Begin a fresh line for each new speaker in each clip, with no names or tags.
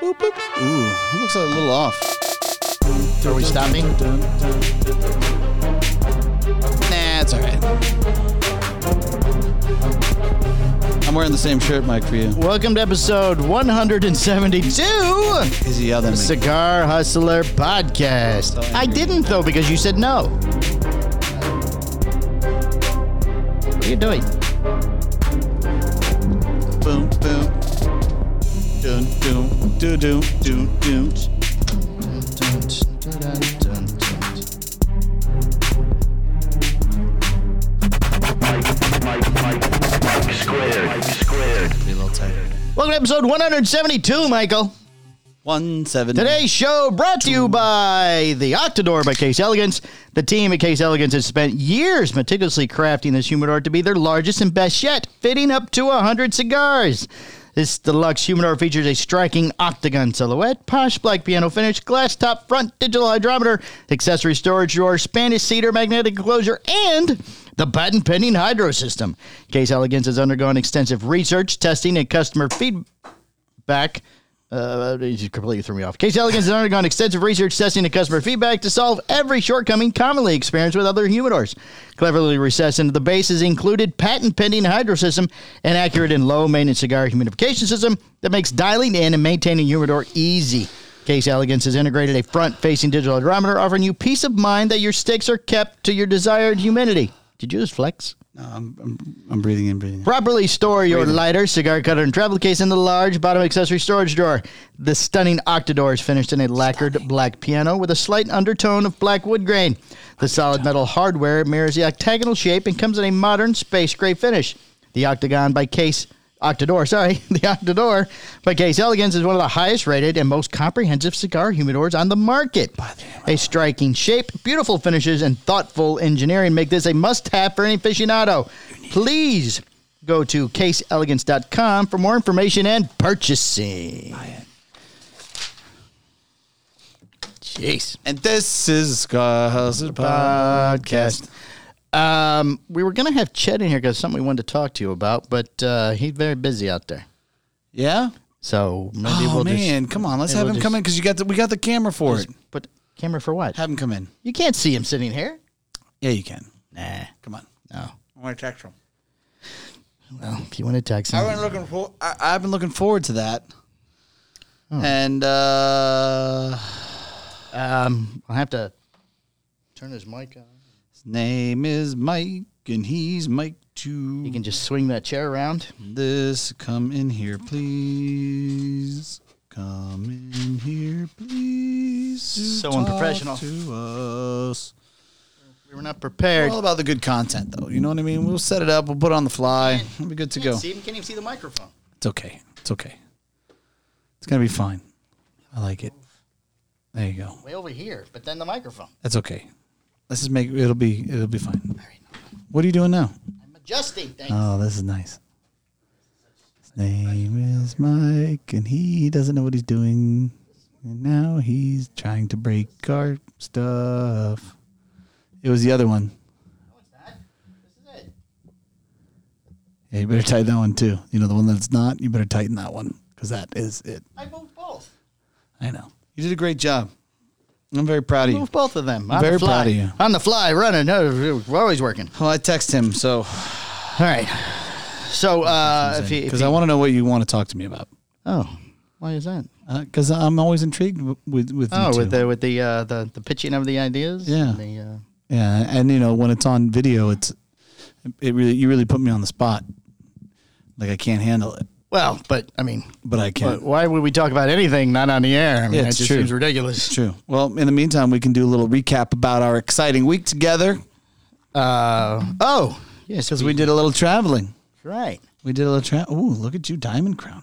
Boop, boop. Ooh, it looks a little off. Are we stopping? Nah, it's all right. I'm wearing the same shirt, Mike, for you.
Welcome to episode 172
Is he yelling at me?
Cigar Hustler Podcast. I didn't though because you said no. What are you doing?
Boom, boom. Dun, dun, dun, dun, dun, dun. Be a little tighter.
Welcome to episode 172, Michael.
170.
Today's show brought to you by the Octador by Case Elegance. The team at Case Elegance has spent years meticulously crafting this humidor to be their largest and best yet, fitting up to 100 cigars. This deluxe humidor features a striking octagon silhouette, posh black piano finish, glass top front, digital hydrometer, accessory storage drawer, Spanish cedar magnetic enclosure, and the patent pending hydro system. Case Elegance has undergone extensive research, testing, and customer feedback back. Uh, you completely threw me off. Case Elegance has undergone extensive research, testing, and customer feedback to solve every shortcoming commonly experienced with other humidors. Cleverly recessed into the bases included patent pending hydro system, an accurate and low maintenance cigar humidification system that makes dialing in and maintaining humidor easy. Case Elegance has integrated a front facing digital hydrometer, offering you peace of mind that your sticks are kept to your desired humidity. Did you just flex?
I'm breathing in, breathing in.
Properly store your lighter, cigar cutter, and travel case in the large bottom accessory storage drawer. The stunning Octador is finished in a lacquered black piano with a slight undertone of black wood grain. The solid metal hardware mirrors the octagonal shape and comes in a modern space gray finish. The Octagon by Case Octador, sorry, the Octador by Case Elegance is one of the highest rated and most comprehensive cigar humidors on the market. A striking shape, beautiful finishes, and thoughtful engineering make this a must have for any aficionado. Please go to caseelegance.com for more information and purchasing. Jeez.
And this is Sky Hustler Podcast.
Podcast. Um, we were going to have Chet in here because something we wanted to talk to you about, but uh, he's very busy out there.
Yeah?
So maybe
oh,
we'll
man. come on. Let's
maybe
have
we'll
him come
just-
in because you got the, we got the camera for it.
just put camera for what?
Have him come in.
You can't see him sitting here.
Yeah, you can.
Nah,
Come on.
no.
I want to text him.
Well, if you want to text
I've
him,
been looking for. I, I've been looking forward to that. Oh. And uh,
um, I'll have to turn his mic on.
his name is Mike, and he's Mike
You
too.
can just swing that chair around.
This come in here, please. Come in here, please.
So
Talk
unprofessional.
to us.
We were not prepared.
All about the good content, though. You know what I mean. We'll set it up. We'll put it on the fly. We'll be good to go.
See him? Can't even see the microphone.
It's okay. It's okay. It's gonna be fine. I like it. There you go.
Way over here, but then the microphone.
That's okay. Let's just make it'll be it'll be fine. What are you doing now?
I'm adjusting things.
Oh, this is nice. His name is Mike, and he doesn't know what he's doing. And now he's trying to break our stuff. It was the other one.
This is it.
Yeah, you better tighten that one too. You know the one that's not. You better tighten that one because that is it.
I moved both.
I know. You did a great job. I'm very proud of you.
Moved both of them. On
Very
the fly.
proud of you.
On the fly, running. No, We're always working.
Well, I text him so
All right. So uh, if he, if
because
he
I want to know what you want to talk to me about.
oh, why is that?
Because Uh, I'm always intrigued w- with with you
Oh,
two.
with the with the uh, the the pitching of the ideas.
Yeah.
and The, uh,
Yeah, and you know when it's on video, it's it really you really put me on the spot. Like I can't handle it,
well, but I mean,
but I can.
but why would we talk about anything not on the air? I mean,
Yeah,
that
it's
just
true.
seems ridiculous.
True. Well, in the meantime, we can do a little recap about our exciting week together
Uh, oh, yes,
because we did a little traveling.
right.
We did a little travel. Ooh, look at you, Diamond Crown.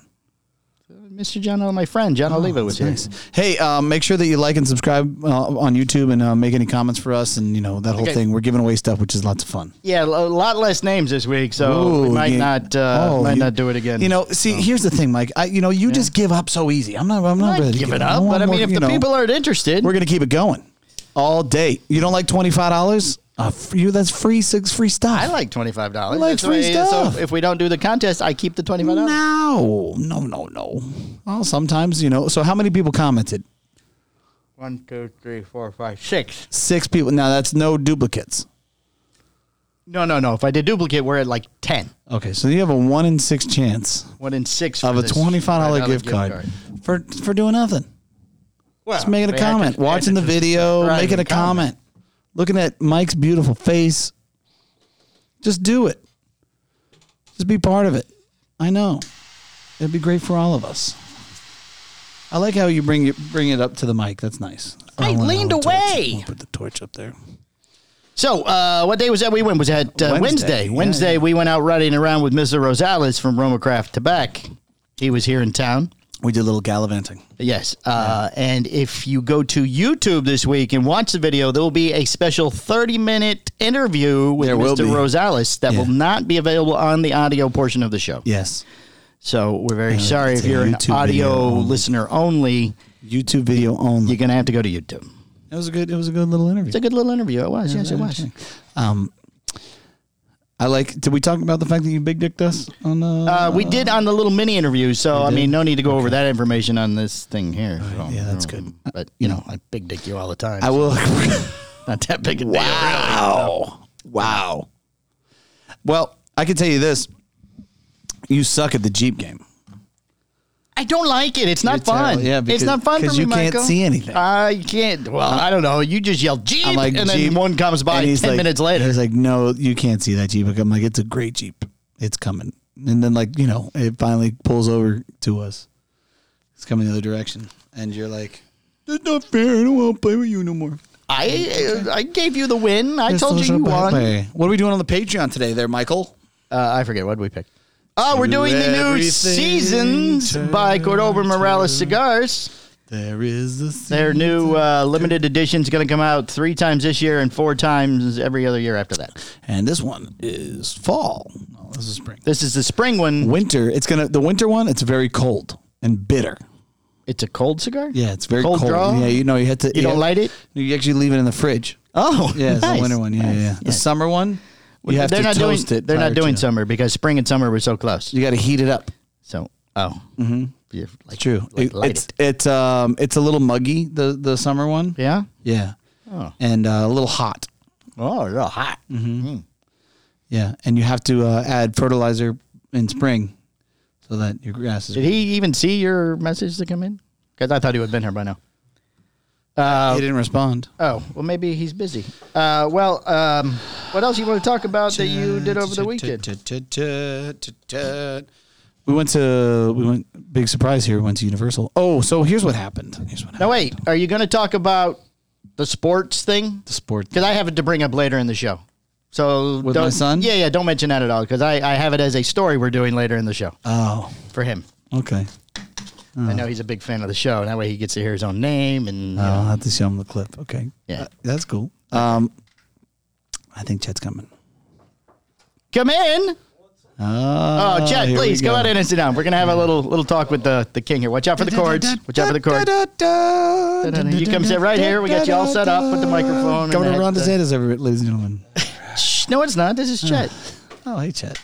Mr. John, O, my friend John Oliva was here.
Nice. Hey, um, make sure that you like and subscribe uh, on YouTube and uh, make any comments for us and you know that whole
Okay.
thing. We're giving away stuff, which is lots of fun.
Yeah, a lot less names this week, so we
Ooh,
might
yeah.
not uh,
Oh,
might
you-
not do it again. Oh.
You know, see, here's the thing, Mike. I, you know, you just give up so easy. I'm not. I'm not
I
really
give it
giving
up,
I'm
but I
more-
mean, if
you
the
know,
people aren't interested,
we're gonna keep it going all day. You don't like twenty five dollars? Uh, for you, that's free six free stuff.
I like twenty five dollars.
like free stuff.
So if we don't do the contest, I keep the twenty five dollars.
No, no, no, no. Well, sometimes you know. So how many people commented?
One, two, three, four, five, six.
Six people. Now that's no duplicates.
No, no, no. If I did duplicate, we're at like ten.
Okay, so you have a one in six chance
One in six
of
for
a
this
twenty-five dollar gift, card, for for doing nothing.
Well,
Just making a
they had to-
comment,
they had
watching
to
the video,
subscribe
making a
and
comment, looking at Mike's beautiful face. Just do it. Just be part of it. I know. It'd be great for all of us. I like how you bring it bring it up to the mic. That's nice.
I
I'll-
leaned
I'll torch-
away.
I'll put the torch up there.
So, uh, what day was that we went? Was that uh,
Wednesday.
Wednesday? Wednesday,
Yeah,
we went out riding around with Mr. Rosales from Romacraft Tobacco. He was here in town.
We did a little gallivanting.
Yes. Uh, And if you go to YouTube this week and watch the video, there will be a special 30 minute interview with
There will
Mr.
be.
Rosales that
Yeah.
will not be available on the audio portion of the show.
Yes.
So, we're very
Uh,
sorry
it's
if
a
you're an
YouTube
audio
video only.
listener only,
YouTube video only.
you're going to have to go to YouTube.
It was a good it was a good little interview.
It's a good little interview. It was. yes, it was.
Um I like did we talk about the fact that you big dicked us on uh,
Uh, we did on the little mini interview, so I mean, no need to go over that information on this thing here. so.
yeah, that's good.
But you know, I big dick you all the time.
I
so
will
not that big a deal.
Wow. Wow. Well, I can tell you this. You suck at the Jeep game.
I don't like it. It's not
You're terrible.
fun.
uh, Yeah, because-
it's not fun for
'cause
me,
you can't
Michael.
see anything.
I can't. Well, I don't know. You just yell Jeep,
I'm like
and then
Jeep.
one comes by
And
ten
he's like-
minutes later.
He's like, no, you can't see that Jeep. I'm like, it's a great Jeep. It's coming. And then, like, you know, it finally pulls over to us. It's coming the other direction. And you're like, that's not fair. I don't want to play with you no more.
I I gave you the win. I
That's
told
so
you you won. Uh,
bad. What are we doing on the Patreon today, there, Michael?
I forget what we picked. Oh, we're doing the new
everything
seasons by Cordoba Morales Cigars.
There is the
Their new uh, limited edition is going to come out three times this year and four times every other year after that.
And this one is fall. No, this is spring.
This is the spring one.
Winter. It's gonna the winter one. It's very cold and bitter.
It's a cold cigar.
Yeah, it's very cold.
Cold draw?
Yeah, you know you had to.
You don't
yeah.
light it?
You actually leave it in the fridge.
Oh,
Yeah, it's
nice.
the winter one. Yeah, yeah. yeah. The summer one, you have
they're
to
not
toast
doing,
it.
They're
prior
not doing
to.
summer because spring and summer were so close.
You got to heat it up.
So, oh, mm-hmm. yeah, like,
True.
like
It-
light
it's
it.
it's um it's a little muggy the the summer one.
Yeah.
Yeah.
Oh.
And uh, a little hot.
Oh, it's real hot.
Mm. Yeah, and you have to uh, add fertilizer in spring so that your grass is.
Did he even see your message to come in? Because I thought he would have been here by now. Uh,
he didn't respond.
oh, well, maybe he's busy. Uh, well, um, what else you want to talk about that you did over the weekend?
We went to we went big surprise here. We went to Universal. Oh, so here's what happened. Here's what happened.
Now, wait, are you going to talk about the sports thing?
The sport.
Because I have it to bring up later in the show. So
With my
don't-
son?
Yeah, yeah. Don't mention that at all because I, I have it as a story we're doing later in the show
Oh,
for him.
okay. Hmm.
I know he's a big fan of the show, and that way he gets to hear his own name. And you know.
I'll have to show him the clip. Okay.
Yeah.
Uh, that's cool. Um, I think Chet's coming.
come in. Oh, Chad, please come on in and sit down. We're gonna have a little little talk with the, the king here. Watch out for the cords. Watch out for the cords.
cords.
You come sit right here. We got you all set up with the microphone and
Going
the
to Ron
headset.
DeSantis, everybody, ladies and gentlemen.
Shh, no, it's not. This is Chet.
Oh, hey, Chet.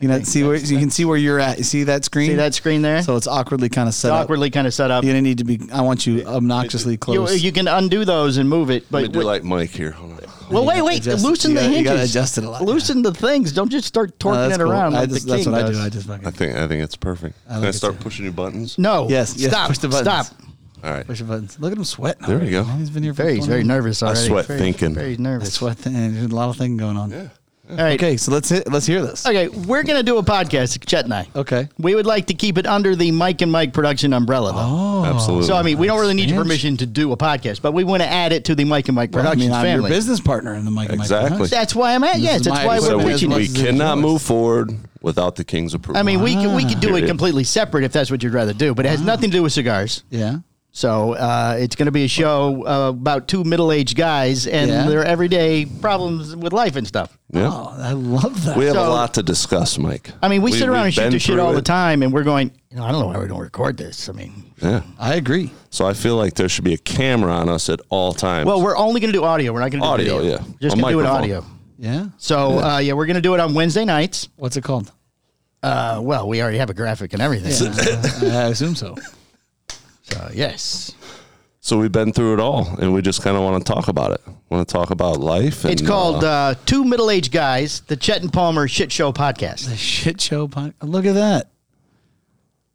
You know, see where you can see where you're at. You see that screen?
See that screen there?
So it's awkwardly kind of set up.
awkwardly kind of set up.
You're gonna need to be. I want you obnoxiously
You,
close.
you can undo those and move it,
Let
but
me do like Mike here. Hold on.
Well, wait, wait.
adjust it.
loosen
You
the
gotta- you
hinges.
gotta adjust it a lot, yeah.
Loosen the things. Don't just start
No,
torquing
that's
it
cool.
around.
I
Like
just,
the
that's
king
what I
does.
do. I just fucking
I think I think it's perfect.
like
Can I
it
start
too.
pushing new buttons?
No.
Yes, yes,
Stop.
push the buttons.
Stop.
All right.
push the buttons. Look at him sweat.
There we go.
He's been here. For
Very, he's
20
very
minutes.
nervous already.
sweat
very,
thinking.
Very nervous.
Mm-hmm. Sweat thing. There's a lot of thing going on.
Yeah.
All right. Okay.
Okay, so let's hit. Let's hear this.
Okay. We're gonna do a podcast, Chet and I.
Okay.
We would like to keep it under the Mike and Mike production umbrella, though.
Oh,
Absolutely.
so I mean, we don't really need your
Expansion.
permission to do a podcast, but we want to add it to the Mike and Mike
I
production
mean, I'm
family.
your business partner in the Mike. and Mike
Exactly.
Productions.
That's why I'm at. Yes,
is
that's
my-
why
So
So
we're
we-
pitching
we, we
it.
much as it
cannot
was.
move forward without the king's approval.
I mean, we could we could do it
Period.
completely separate if that's what you'd rather do, but it has nothing to do with cigars.
Yeah.
So uh, it's going to be a show uh, about two middle-aged guys and
Yeah.
their everyday problems with life and stuff.
Yeah.
Oh, I love that.
we have
so-
a lot to discuss, Mike.
I mean, we, sit around
we've
and shoot
been
this shit
through
all the
it.
time, and we're going. You know, I don't know why we don't record this. I mean,
Yeah.
I agree.
So I feel like there should be a camera on us at all times.
well, we're only going to do audio. We're not going to do
Audio,
video.
yeah.
We're just
A
going to do an
microphone.
audio.
Yeah.
So uh, yeah, we're going to do it on Wednesday nights.
What's it called?
Uh, well, we already have a graphic and everything.
I assume so.
So yes,
so we've been through it all, and we just kind of want to talk about it. Want to talk about life. And,
it's called
uh,
uh, Two Middle Aged Guys: The Chet and Palmer Shit Show Podcast.
The shit show. Pod- Look at that.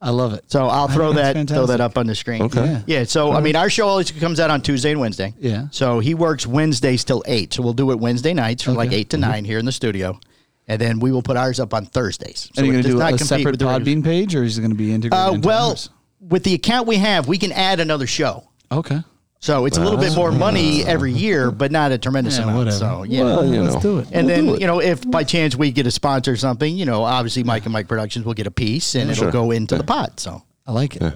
I love it.
So I'll throw
that's
that throw that
fantastic.
up on the screen.
Okay.
Yeah.
Yeah, so I mean, our show always comes out on Tuesday and Wednesday.
Yeah.
So he works Wednesdays till eight. So we'll do it Wednesday nights from like
Okay. Mm-hmm.
eight to nine here in the studio, and then we will put ours up on Thursdays. So
And
it
you're going to
does
do
not
a
compete
separate
with the regular-
Podbean page, or is it going to be integrated?
Uh,
into
well,
ours?
with the account we have, we can add another show.
okay.
So it's a little bit more money every year, but not a tremendous
Yeah,
amount.
whatever.
So yeah.
Well, you
let's
know.
do it.
and then, you know, if by chance we get a sponsor or something, you know, obviously Mike and Mike Productions will get a piece and it'll
Sure.
go into the pot. So,
I like it.
all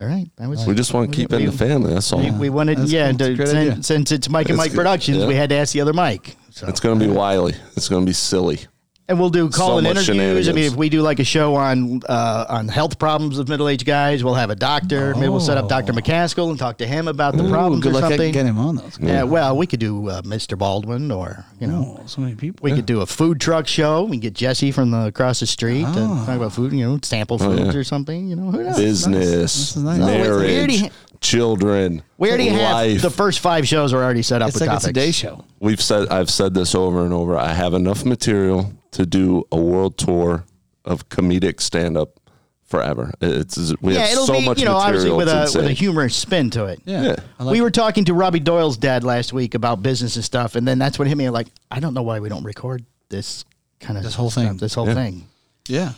right. That was
we just want to keep it in the family. That's all.
We, we wanted,
That's
yeah,
cool. That's a
to,
great idea.
since, since it's Mike and
That's
Mike
good.
Productions,
Yeah.
we had to ask the other Mike. So,
it's going to be wily. It's going to be silly.
and we'll do call in
much
interviews. I mean,
shenanigans.
if we do like a show on uh, on health problems of middle aged guys, we'll have a doctor. Maybe we'll set up
Oh.
Doctor McCaskill and talk to him about the problems
good
or
luck I
something.
can get him on those.
Yeah, well, we could do uh, Mr. Baldwin or, you know,
Oh, so many people.
we could do a food truck show. We get Jesse from the across the street
Ah.
and talk about food, you know, sample
Oh,
foods or something, you know, who knows?
Business,
nice. No,
Oh, it's- we
marriage,
already ha-
children.
we already have
life.
the first five shows are already set up
It's
with
like
topics.
a Today Show.
We've said I've said this over and over. I have enough material to do a world tour of comedic stand up forever. It's we
yeah,
have
it'll
so
be
much
you know obviously
material.
with a
it's
with a
insane.
humorous spin to it.
Yeah.
Yeah.
I like
we
it.
were talking to Robbie Doyle's dad last week about business and stuff, and then that's what hit me like I don't know why we don't record this kind of
This whole
stuff,
thing.
This whole
Yeah.
thing.
Yeah.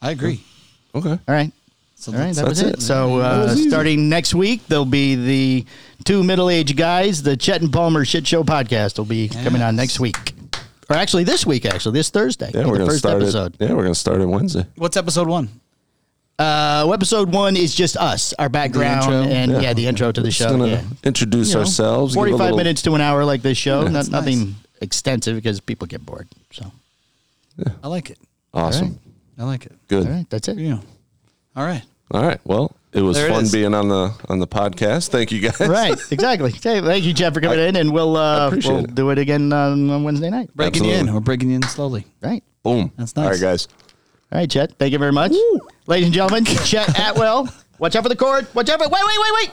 I agree.
Okay.
All right.
So
All right,
let's-
that was
that's
it.
it.
So uh, starting next week, there'll be the two middle-aged guys, the Chet and Palmer Shit Show podcast will be coming on next week, or actually this week, actually this Thursday.
Yeah,
the
we're gonna
first
start
episode.
it. Yeah, we're gonna start it Wednesday.
What's episode one?
Uh, episode one is just us, our background,
intro.
and yeah. the intro to the
Just
show.
gonna
yeah.
introduce
You know,
ourselves. give a
Forty-five
little-
minutes to an hour, like this show. Not,
nice.
Nothing extensive because people get bored. So, all
I like it.
Awesome.
I like it.
Good.
right, that's it.
Yeah. All right.
All right. Well, it was
There it
fun
is.
being on the on the podcast. Thank you guys.
Right, exactly. Hey, Thank you, Jeff, for coming in, and we'll uh,
appreciate
we'll
it.
do it again um, on Wednesday night.
Breaking you in.
Absolutely.
We're breaking you in slowly.
Right.
Boom.
That's
All
nice.
right, guys.
All right, Chet. Thank you very much. Ladies and gentlemen, Chet Atwell. Watch out for the cord. Watch out for Wait, wait, wait,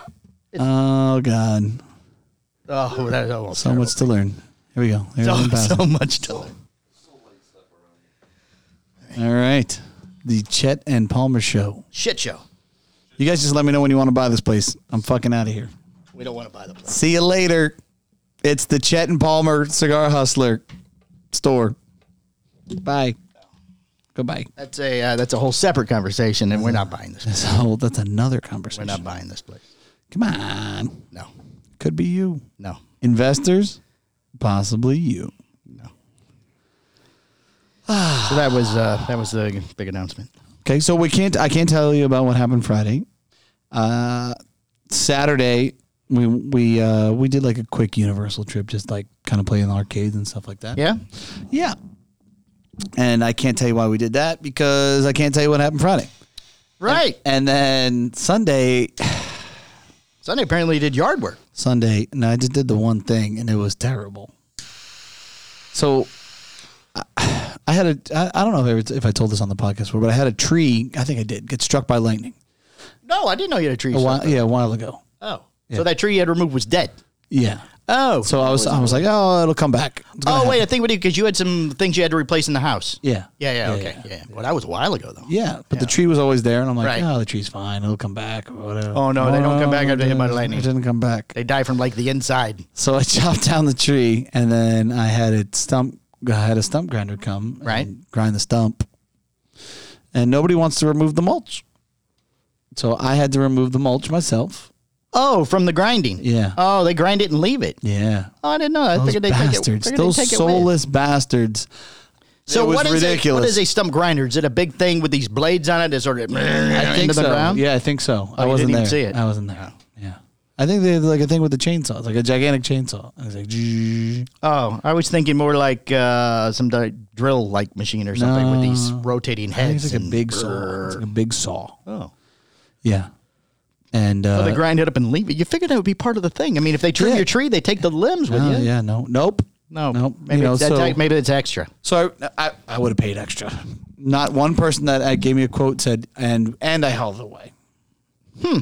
wait.
Oh God.
Oh, that is almost
So much to learn. Here we go. Here's
terrible.
one
So,
thousand.
so much to learn.
All right. The Chet and Palmer show.
Shit show.
You guys just let me know when you want to buy this place. I'm fucking out of here.
We don't want to buy the place.
See you later. It's the Chet and Palmer Cigar Hustler store. Bye. Goodbye.
That's a uh, that's a whole separate conversation, and we're not buying this. Place.
So Oh, that's another
We're
conversation.
not buying this place.
Come on.
No,
Could be you.
no,
Investors, possibly you.
no. so that was uh, that was the big announcement.
Okay, so we can't. I can't tell you about what happened Friday. Uh, Saturday, we we uh, we did like a quick Universal trip, just like kind of playing the arcades and stuff like that.
Yeah.
yeah. And I can't tell you why we did that because I can't tell you what happened Friday.
Right.
And then Sunday,
Sunday apparently you did yard work.
Sunday, and I just did the one thing, and it was terrible. So, I, I had a I, I don't know if I, ever- if I told this on the podcast before, but I had a tree. I think I did get struck by lightning.
No, I didn't know you had a
A
tree. stuck.
while, yeah, a while ago.
Oh, so that tree you had removed was dead.
Yeah.
Oh,
So I was I was like, oh, it'll come back. It's gonna
Oh wait, I
happen.
think we did because you had some things you had to replace in the house.
Yeah.
Yeah, yeah,
Yeah,
okay,
yeah,
yeah. Well, that was a while ago though.
Yeah, but the tree was always there, and I'm like,
Right.
oh, the tree's fine. It'll come back. Or whatever.
Oh, no, they don't come back after
it
hit by
doesn't-
lightning.
It didn't come back.
They die from like the inside.
So I chopped down the tree, and then I had it stump. I had a stump grinder come
Right.
and grind the stump, and nobody wants to remove the mulch. So I had to remove the mulch myself.
Oh, from the grinding.
Yeah.
Oh, they grind it and leave it.
Yeah,
Oh, I didn't know. I
those
figured they
bastards,
take it. figured they'd
those
take it with.
soulless bastards.
So
It was
what is
ridiculous.
A, what is a stump grinder? Is it a big thing with these blades on it that sort of
I think
into
so.
the ground? Oh,
Yeah, I think so. I
you
wasn't
didn't even
there.
see it.
I wasn't there. Yeah. I think they had like a thing with the chainsaw. It's like a gigantic chainsaw. And it's like, "Zzzz."
Oh, I was thinking more like uh, some di- drill like machine or something with these rotating
I think
heads.
it's like a
and-
big saw. It's like a big saw.
Oh.
Yeah. And uh,
So they grind it up and leave it. You figured that would be part of the thing. I mean, if they trim
Yeah.
your tree, they take the limbs with
no,
you.
Oh, yeah, no, nope,
No,
nope.
Maybe,
you know,
that's
so,
act- maybe it's extra.
so I, I, I would have paid extra. Not one person that uh, gave me a quote said, and and I hauled it away. Hmm.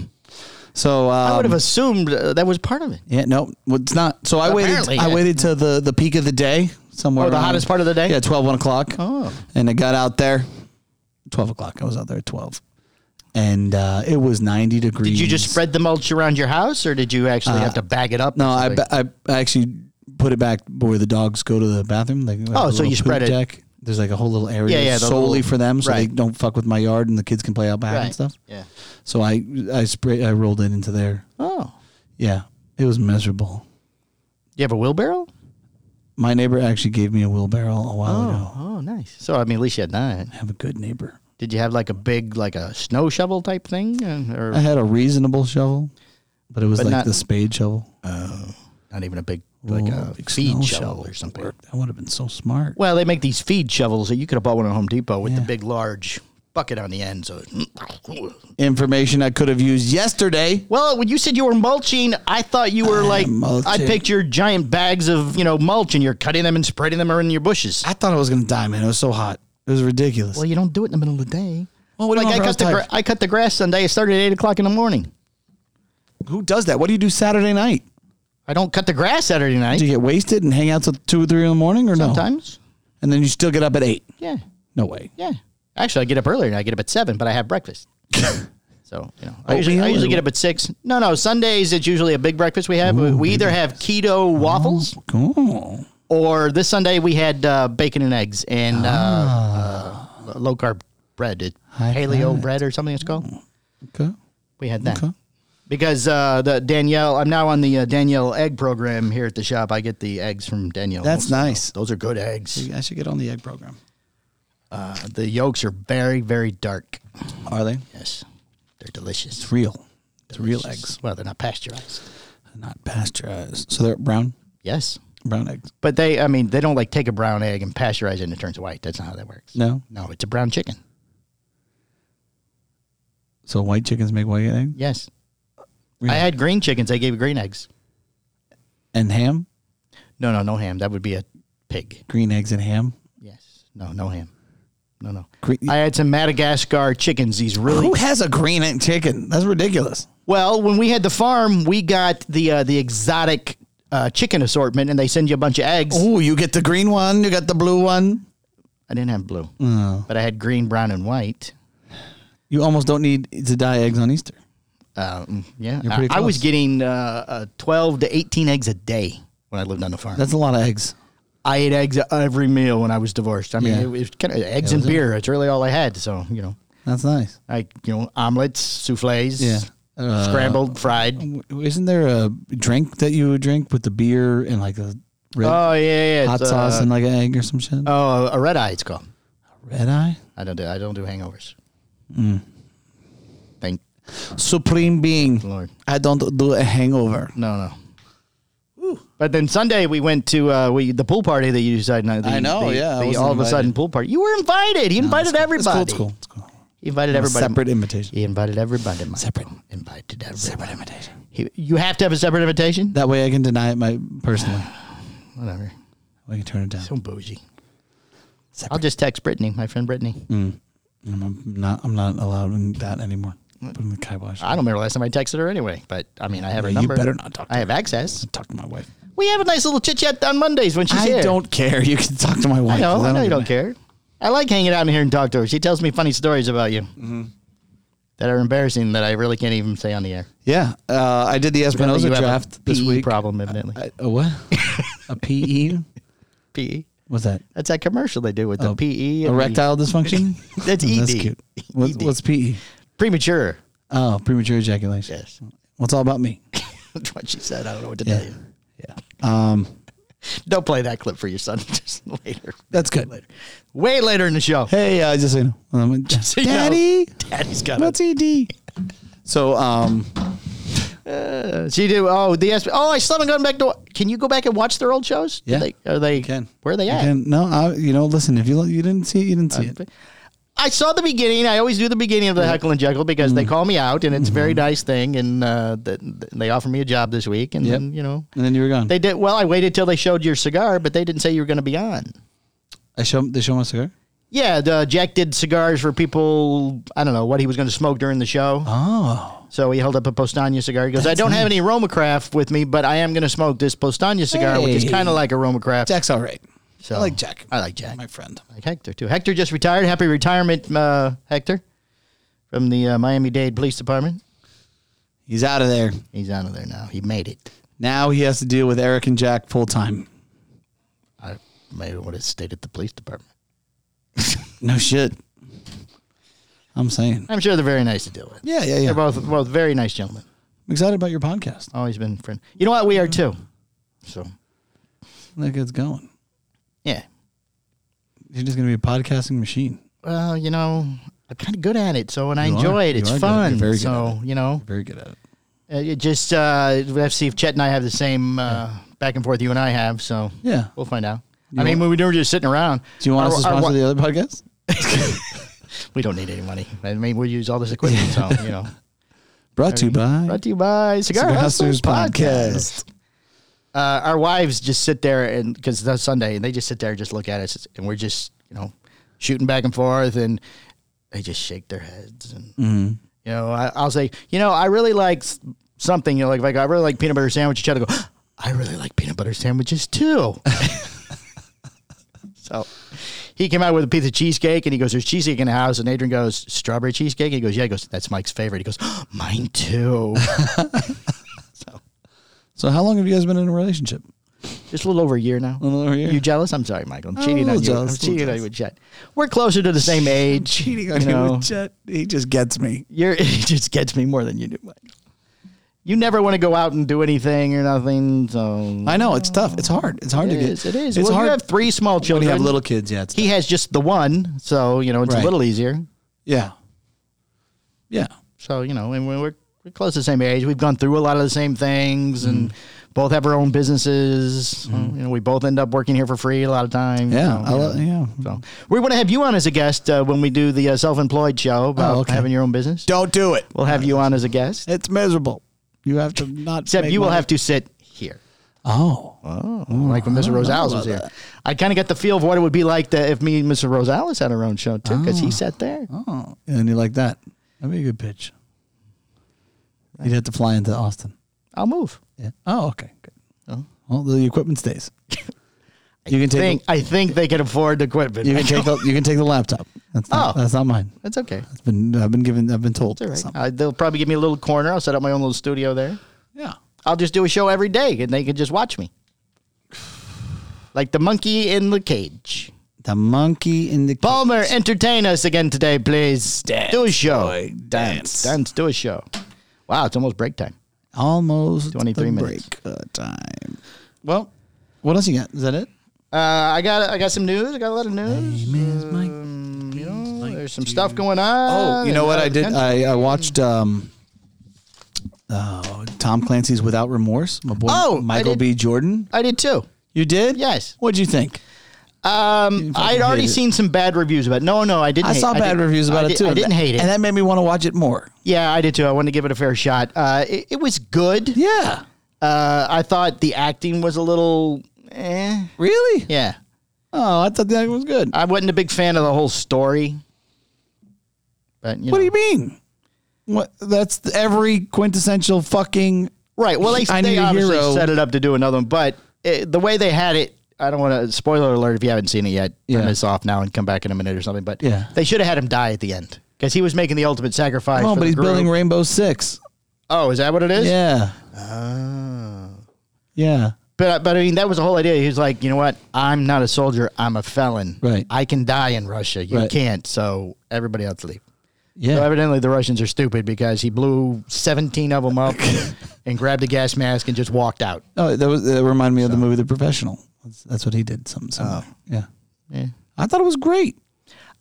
So um,
I would have assumed uh, that was part of it.
Yeah, no, well, it's not. So I
Apparently,
waited. I
yeah.
waited till the the peak of the day somewhere.
Oh, the
around-
hottest part of the day?
Yeah, 12, 1 o'clock.
Oh.
and I got out there, twelve o'clock. I was out there at twelve, and uh, it was ninety degrees.
Did you just spread the mulch around your house, or did you actually have to bag it up?
Uh, No, I,
Like-
ba- I I actually put it back where the dogs go to the bathroom. Like, like a
Oh, so
little
you spread
poop
it.
Deck. There's like a whole little area
Yeah, yeah, the
solely
little-
for them, so they
right.
don't fuck with my yard and the kids can play out back
Right.
and stuff.
Yeah.
So I I spray I rolled it into there.
Oh.
Yeah, it was miserable.
You have a wheelbarrow?
My neighbor actually gave me a wheelbarrow a while
Oh,
ago.
oh, nice. So I mean, at least you had that.
I have a good neighbor.
Did you have like a big, like a snow shovel type thing, uh, or
I had a reasonable shovel, but it was
But
like
not-
the spade shovel,
not even a big, like
Oh,
a
big snow
feed shovel or something?
That would have been so smart.
Well, they make these feed shovels that you could have bought one at Home Depot with the
Yeah.
big, large bucket on the end. So,
Information I could have used yesterday.
well, when you said you were mulching, I thought you were like I
mulching.
pictured giant bags of you know mulch, and you're cutting them and spreading them around your bushes.
I thought I was gonna die, man. It was so hot. It was ridiculous.
Well, you don't do it in the middle of the day.
Well, what do you
like
want for
I cut the gra-
outside?
I cut the grass Sunday. It started at eight o'clock in the morning.
Who does that? What do you do Saturday night?
I don't cut the grass Saturday night.
Do you get wasted and hang out till two or three in the morning, or no?
Sometimes,
And then you still get up at eight?
yeah,
No way.
yeah. Actually, I get up earlier. and I get up at seven, but I have breakfast. so you know, I usually, I
Oatmeal
usually
or
get
what?
up at six. No, no. Sundays it's usually a big breakfast we have. We- we either have keto waffles
Cool.
or this Sunday we had uh, bacon and eggs and
Ah.
uh, uh, low carb bread, it,
High
paleo
fat.
bread or something it's called.
Okay.
We had that.
Okay.
Because uh, the Danielle, I'm now on the uh, Danielle egg program here at the shop. I get the eggs from Danielle.
That's nice.
Those are good eggs.
I should get on the egg program.
Uh, the yolks are very, very dark.
Are they?
Yes, they're delicious.
It's real. It's real
Delicious.
eggs,
Well, they're not pasteurized.
not pasteurized. So they're brown,
Yes,
brown eggs.
but they, I mean, they don't like take a brown egg and pasteurize it and it turns white. That's not how that works.
No.
No, it's a brown chicken.
So white chickens make white eggs
Yes, I
Really?
had green chickens. They gave green eggs.
and ham,
No, no, no ham. That would be a pig.
green eggs and ham.
Yes. No, no ham. No, no.
Green-
I had some Madagascar chickens. These really
Who has a green egg chicken? That's ridiculous.
Well, when we had the farm, we got the uh, the exotic uh, chicken assortment, and they send you a bunch of eggs.
Oh, you get the green one, you got the blue one. Oh.
I didn't have blue, but I had green, brown, and white.
You almost don't need to dye eggs on Easter.
Um, yeah,
You're
I,
pretty
I was
close.
getting uh, uh, twelve to eighteen eggs a day when I lived on the farm.
That's a lot of eggs.
I ate eggs at every meal when I was divorced. I mean,
Yeah.
it was kind of eggs and beer. It's really all I had. So you know,
That's nice.
I you know omelets, souffles,
Yeah. Uh,
scrambled, fried.
W- Isn't there a drink that you would drink with the beer and like a red
Oh yeah, yeah,
hot
it's,
sauce
uh,
and like an egg or some shit?
oh, a red eye. It's called.
Red eye?
I don't do. I don't do hangovers. Thank
Supreme being.
the Lord.
I don't do a hangover.
No, no. But then Sunday we went to uh, we the pool party that you decided. not- The,
I know,
the-
yeah, I
the
wasn't
all of a sudden
invited.
pool party. You were invited. He invited
It's cool,
everybody.
It's cool. It's cool.
He invited
A
everybody.
separate invitation.
He invited everybody. Michael.
Separate.
Invited everybody.
Separate invitation.
He, you have to have a separate invitation.
That way I can deny it my personally.
Whatever.
We can turn it down.
So bougie.
Separate. Mm.
I'll just text Brittany, my friend Brittany.
I'm, I'm not. I'm not allowed in that anymore. Put in the kibosh.
I don't remember last time I texted her anyway, but I mean I have her
Yeah, you
number.
better not talk to
I have access.
talk to my wife.
We have a nice little chit chat on Mondays when she's
I
here.
don't care. You can talk to my wife.
I know.
'cause
I know you
give
don't
a-
care. I like hanging out in here and talk to her. She tells me funny stories about you
Mm-hmm.
that are embarrassing that I really can't even say on the air.
Yeah, uh, I did the
Apparently
Espinosa
you have a
draft this
PE
week.
Problem, evidently.
I, a what? a PE?
PE.
What's that?
E? That's that commercial they do with the
Oh,
PE. and the E.
Erectile dysfunction.
That's E ED.
cute. What,
ED.
What's PE?
Premature.
Oh, premature ejaculation.
Yes.
What's all about me?
That's what she said. I don't know what to
Yeah.
tell you.
Yeah. Um,
Don't play that clip for your son. Just later.
that's good.
Way later in the show.
Hey, uh, just so you know, um,
so you know.
Daddy,
Daddy's got
what's ED? So, um,
Uh, she did. Oh, the ESP Oh, I still haven't gone back to. Can you go back and watch their old shows? Did
Yeah.
they, are they?
can.
Where are they at? Uh,
And no, I, you know, listen, if you you didn't see it, you didn't see it.
I saw the beginning. I always do the beginning
Mm.
of the Heckle and Jekyll because they call me out, and it's a very
Mm-hmm.
nice thing. And uh, th- th- they offer me a job this week, and
Yep.
then, you know
And then you were gone.
they did. Well, I waited till they showed your cigar, but they didn't say you were going to be on.
I show they show my cigar.
Yeah, the, uh, Jack did cigars for people. I don't know what he was going to smoke during the show.
Oh,
So he held up a Postania cigar. He goes, I don't have any Romacraft with me, but I am going to smoke this Postania cigar, which is
Hey.
kind of like a Romacraft.
Jack's all right.
So,
I like Jack.
I like Jack.
my friend.
I like Hector, too. Hector just retired. Happy retirement, uh, Hector, from the uh, Miami Dade Police Department.
He's out of there
He's out of there now. He made it.
now. He has to deal with Eric and Jack full time.
I maybe would have stayed at the police department.
No shit. I'm saying.
I'm sure they're very nice to deal with.
Yeah, yeah, yeah.
They're both both very nice gentlemen.
I'm excited about your podcast.
Always been friend. You know what? We are too. So
Like it's going.
yeah.
You're just gonna be a podcasting machine.
Well, you know, I'm kind of good at it. So and I
You
enjoy
are.
it.
You
It's
are good at it.
fun.
You're very good
so
at
you know,
Very good at it.
Uh, it just uh, we have to see if Chet and I have the same uh, back and forth you and I have. So
Yeah.
we'll find out. I mean, when we do, we're just sitting around.
Do you want us to
Our- our
sponsor
wa-
the other podcast?
We don't need any money. I mean, we'll use all this equipment. So you know,
Brought to you by
brought to you by Cigar
Cigar
Hustlers
Hustlers Podcast.
Podcast. Uh, our wives just sit there and because it's Sunday, and they just sit there and just look at us, and we're just you know shooting back and forth, and they just shake their heads and.
Mhm.
You know, I, I'll say, you know, I really like s- something. You know, like, like I really like peanut butter sandwiches. Chad will go, I really like peanut butter sandwiches too. so he came out with a piece of cheesecake and he goes, There's cheesecake in the house. And Adrian goes, Strawberry cheesecake? He goes, Yeah. He goes, That's Mike's favorite. He goes, Mine too.
So how long have you guys been in a relationship?
Just a little over a year now.
A little over a year?
You jealous? I'm sorry, Michael. I'm
I'm a
cheating on
little
you.
jealous,
I'm
little
cheating on
jealous.
you with Chet. We're closer to the same age. you know.
Chet. He just gets me.
You're, it just gets me more than you do, Michael. You never want to go out and do anything or nothing. So
I know it's tough. It's hard. It's hard
it
to get.
is. It is.
It's
well,
hard.
you have three small
when
children.
you have little kids. Yeah. It's
He has just the one, so you know it's a
Right.
little easier.
Yeah. Yeah.
So you know, and we're we're we're close to the same age. We've gone through a lot of the same things,
Mm.
and both have our own businesses. So, you know, we both end up working here for free a lot of times.
Yeah.
so,
I
you
lo-
know.
yeah.
So we want to have you on as a guest uh, when we do the uh, self-employed show about
Oh, okay.
having your own business.
Don't do it.
We'll have you on as a guest,
It's miserable. You have to not.
except
make
you will
money.
have to sit here.
Oh.
like when Mr.
don't know
Rosales was
about
here. I kind of got the feel of what it would be like to, if me and Mr. Rosales had our own show too, because he sat there.
Oh. And you like that? That'd be a good pitch. You'd have to fly into Austin.
I'll move.
Yeah. Oh. Okay. Good.
Oh.
Well, the equipment stays. You can
I
take.
think, I think they can afford the equipment.
the, you can take the. You can take the laptop. That's not,
Oh.
That's not mine.
That's okay.
It's been. I've been given. I've been told.
It's all
So-
right. Uh, they'll probably give me a little corner. I'll set up my own little studio there.
Yeah.
I'll just do a show every day, and they can just watch me, like the monkey in the cage.
The monkey in the.
Palmer, entertain us again today, please. do a show.
boy, dance.
dance, dance. Do a show. Wow, it's almost break time.
Almost
23
the
minutes.
break uh, time. Well, what else you got? Is that it?
Uh, I got I got some news. I got a lot of news. Um, you know, there's some stuff going on.
Oh, you
in
know what
other
I did?
countries.
I, I watched um, uh, Tom Clancy's Without Remorse. My boy
Oh, I
Michael
did.
B. Jordan.
I did too.
You did?
Yes.
What'd you think?
Um,
fucking
I'd already
hate it.
seen some bad reviews about. it. No, no, I didn't.
I
hate-
saw bad
didn't-
reviews about
I
it
did-
too,
I didn't hate it.
and that made me want to watch it more.
yeah, I did too. I wanted to give it a fair shot. Uh, it, it was good.
Yeah,
Uh, I thought the acting was a little. Eh.
really?
Yeah,
Oh, I thought that was good.
I wasn't a big fan of the whole story. But you
What
know.
do you mean? What? That's every quintessential fucking
Right. Well, they,
I
they
need a
obviously
hero.
set it up to do another one, but it, the way they had it, I don't want to spoiler alert if you haven't seen it yet. Turn
Yeah.
this off now and come back in a minute or something. But
Yeah.
they should have had him die at the end because he was making the ultimate sacrifice.
Oh,
for
but
the
he's
group.
building Rainbow Six.
Oh, is that what it is?
Yeah.
Oh.
Yeah.
But uh, but I mean, that was the whole idea. He was like, you know what? I'm not a soldier. I'm a felon.
Right.
I can die in Russia. You
Right.
can't. So everybody else leave. So
Yeah.
evidently the Russians are stupid because he blew 17 of them up and grabbed a gas mask and just walked out.
Oh, that was that reminded me of the
Oh.
movie The Professional. That's, that's what he did. Something similar. Yeah.
Yeah.
I thought it was great.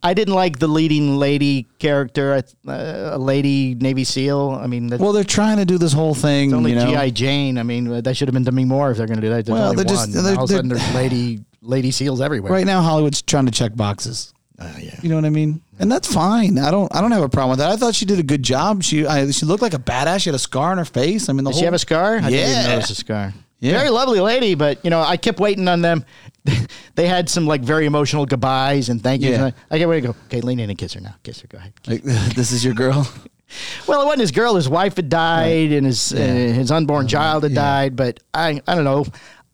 I didn't like the leading lady character, I th- uh, a lady Navy SEAL. I mean, that's
Well, they're trying to do this whole thing.
only
you know?
GI Jane. I mean, uh, that should have been Demi Moore if they're going to do that. There's
Well,
only
they're just-
one.
they're-
All of a sudden,
they're-
there's lady lady SEALs everywhere.
Right Oh. now, Hollywood's trying to check boxes.
Uh, yeah.
You know what I mean? And that's fine. I don't. I don't have a problem with that. I thought she did a good job. She. I, she looked like a badass. She had a scar on her face. I mean, the
Did
whole.
she have a scar? I didn't even
Yeah.
notice a scar.
Yeah.
Very lovely lady, but you know, I kept waiting on them. they had some like very emotional goodbyes and thank yous.
Yeah.
And I, I kept waiting to go, okay, lean in and kiss her now. Kiss her, go ahead.
Like, this is your girl.
Well, it wasn't his girl. His wife had died, and his uh, his
Uh-huh.
unborn child had died. But I I don't know.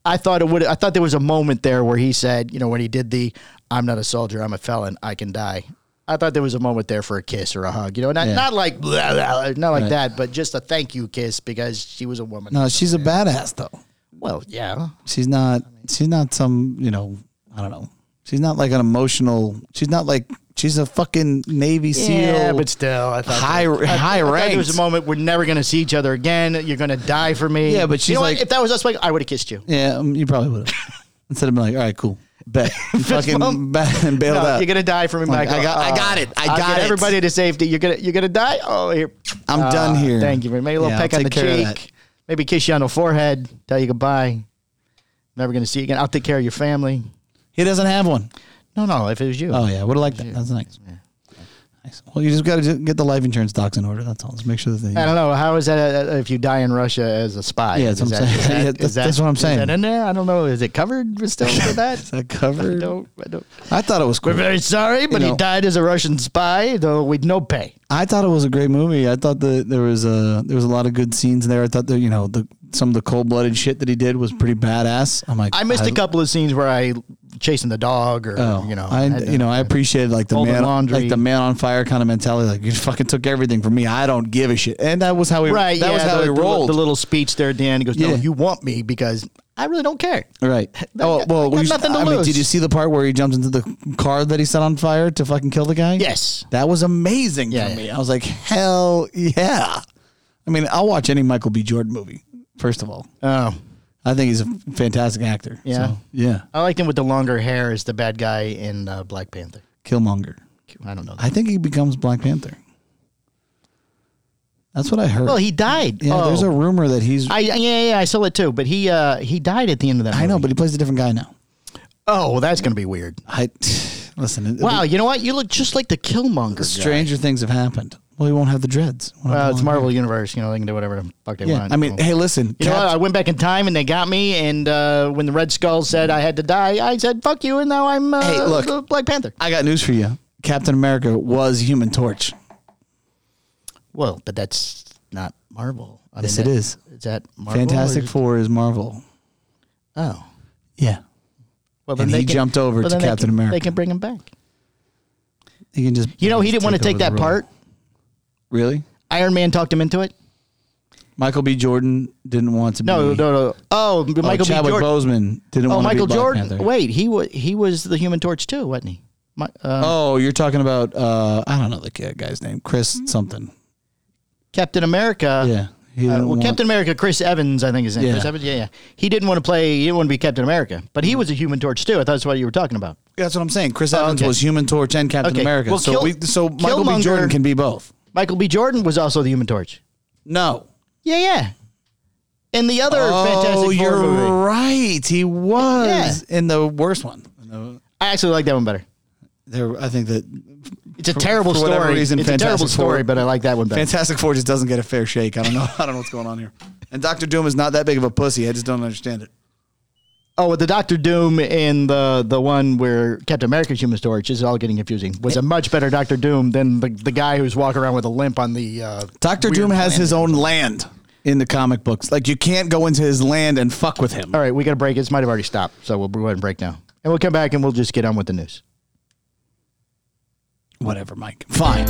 I thought it would. I thought there was a moment there where he said, you know, when he did the "I'm not a soldier, I'm a felon, I can die." I thought there was a moment there for a kiss or a hug, you know, not
Yeah.
not like blah, blah, not like that, but just a thank you kiss because she was a woman.
No, she's a badass though.
Well, yeah,
She's not. She's not some. You know. I don't know. She's not like an emotional. She's not like. She's a fucking Navy SEAL.
yeah, but still, I thought
high high
I thought
rank.
there was a moment we're never going to see each other again. You're going to die for me.
Yeah, but
you
she's
know what?
like-
if that was us, like I would have kissed you.
Yeah, um, you probably would have. Instead of being like, all right, cool, bet, You fucking
bump.
bet and bailed
No,
out.
you're gonna die for me,
Like,
Michael.
I got- I
Uh,
got it. I
I'll
got
get
it.
Everybody to safety. You're gonna you're gonna die. Oh, here.
I'm
Ah,
done here.
Thank you. Maybe a little
Yeah, I'll
peck on the
take care of that.
cheek. Maybe kiss you on the forehead. Tell you goodbye. Never gonna see you again. I'll take care of your family.
he doesn't have one.
No, no. If it was you,
Oh yeah, would have liked that. That's nice. Nice. Well, you just got to get the life insurance docs in order. That's all. Just make sure that they.
I don't know. How is that? uh, If you die in Russia as a spy,
Yeah, that's
Is
what I'm
that- is
saying.
that-
Yeah,
is
that's-
that-
that's what I'm
is
saying.
that in there? I don't know. Is it covered still for that?
Is that covered?
No, I don't.
I thought it was
We're
cool.
very sorry, but he
know-
died as a Russian spy, though with no pay.
I thought it was a great movie. I thought that there was a there was a lot of good scenes there. I thought that you know the some of the cold blooded shit that he did was pretty badass. I'm like,
I missed
a
a couple of scenes where I chasing the dog or
Oh,
you know,
I
had to-
you know I appreciated like the
fold the
man
laundry.
like the man on fire kind of mentality. Like you fucking took everything from me. I don't give a shit. And that was how he
right?
That
yeah,
was how
the,
he
the-
rolled.
The, little speech there at the end. He goes, "No,
Yeah.
you want me because I really don't care."
Right. Oh well,
got
we-
nothing to
I mean,
lose.
did you see the part where he jumps into the car that he set on fire to fucking kill the guy?
Yes.
That was amazing
Yeah,
to
yeah.
me. I was like, hell yeah. I mean, I'll watch any Michael B. Jordan movie. First of all,
Oh,
I think he's a fantastic actor.
Yeah.
So, yeah.
I liked him with the longer hair as the bad guy in uh, Black Panther.
Killmonger.
I don't know.
I think he becomes Black Panther. That's what I heard.
well, he died.
yeah.
oh.
There's a rumor that he's. I,
I yeah yeah I saw it too, but he uh he died at the end of that.
know,
movie.
but he plays a different guy now.
oh, well, that's gonna be weird.
I listen. it-
Wow, you know what? You look just like the Killmonger. guy.
Stranger things have happened. Well, he won't have the dreads. Won't have
Well,
the long
it's
hair.
Marvel Universe. You know they can do whatever the fuck they
Uh-huh. Yeah,
want.
I mean, hey, listen,
You know
Cap-
what? I went back in time and they got me. And uh, when the Red Skull said I had to die, I said, fuck you. And now I'm uh,
Hey, look.
the Black Panther.
I got news for you. Captain America was Human Torch.
Well, but that's not Marvel. I
Yes,
mean,
it
that-
is.
Is that Marvel? or
Fantastic
is it-
Four is Marvel.
Oh.
Yeah,
Well,
And
they
he jumped over to
then they
Captain
can-
America.
They can bring him back.
you can just.
You know, he didn't want to
over
take
the
that
role.
part.
Really,
Iron Man talked him into it.
Michael B. Jordan didn't want to
No,
be.
no, no. Oh,
Mm-hmm. Oh,
Michael B.
Chadwick
Jordan.
Boseman didn't
oh,
want to be
Michael
Black
Jordan.
Panther.
Wait, he was he was the Human Torch too, wasn't he? My, uh,
Oh, you're talking about uh, I don't know the kid- guy's name, Chris something.
Captain America.
Yeah, he
Uh,
didn't
well,
want-
Captain America, Chris Evans, I think his name.
Yeah. Mm-hmm.
Chris Evans, yeah, yeah. He didn't want to play. He didn't want to be Captain America, but he was a Human Torch too. I thought that's what you were talking about.
That's what I'm saying. Chris Evans
okay.
was Human Torch and Captain
Okay,
America.
well,
so
Kill-
we, so Michael B.
Killmonger-
Jordan can be both.
Michael B. Jordan was also the Human Torch.
No.
Yeah, yeah. And the other
Oh,
Fantastic
you're
Four movie,
right. He was in the worst one. In the-
I actually like that one better.
There, I think that
It's a terrible
for
story.
whatever reason,
it's a terrible
Fantastic Four-
story, but I like that one better.
Fantastic Four just doesn't get a fair shake. I don't know. I don't know what's going on here. And Doctor Doom is not that big of a pussy. I just don't understand it.
oh, with the Doctor Doom and the the one where Captain America's Human Torch this is all getting confusing. Was a much better Doctor Doom than the, the guy who's walking around with a limp on the. Uh,
Doctor
weird
Doom has
planet.
his own land in the comic books. Like you can't go into his land and fuck with him.
All right, we got to break. This might have already stopped, so we'll go ahead and break now, and we'll come back and we'll just get on with the news.
Whatever, Mike. Fine.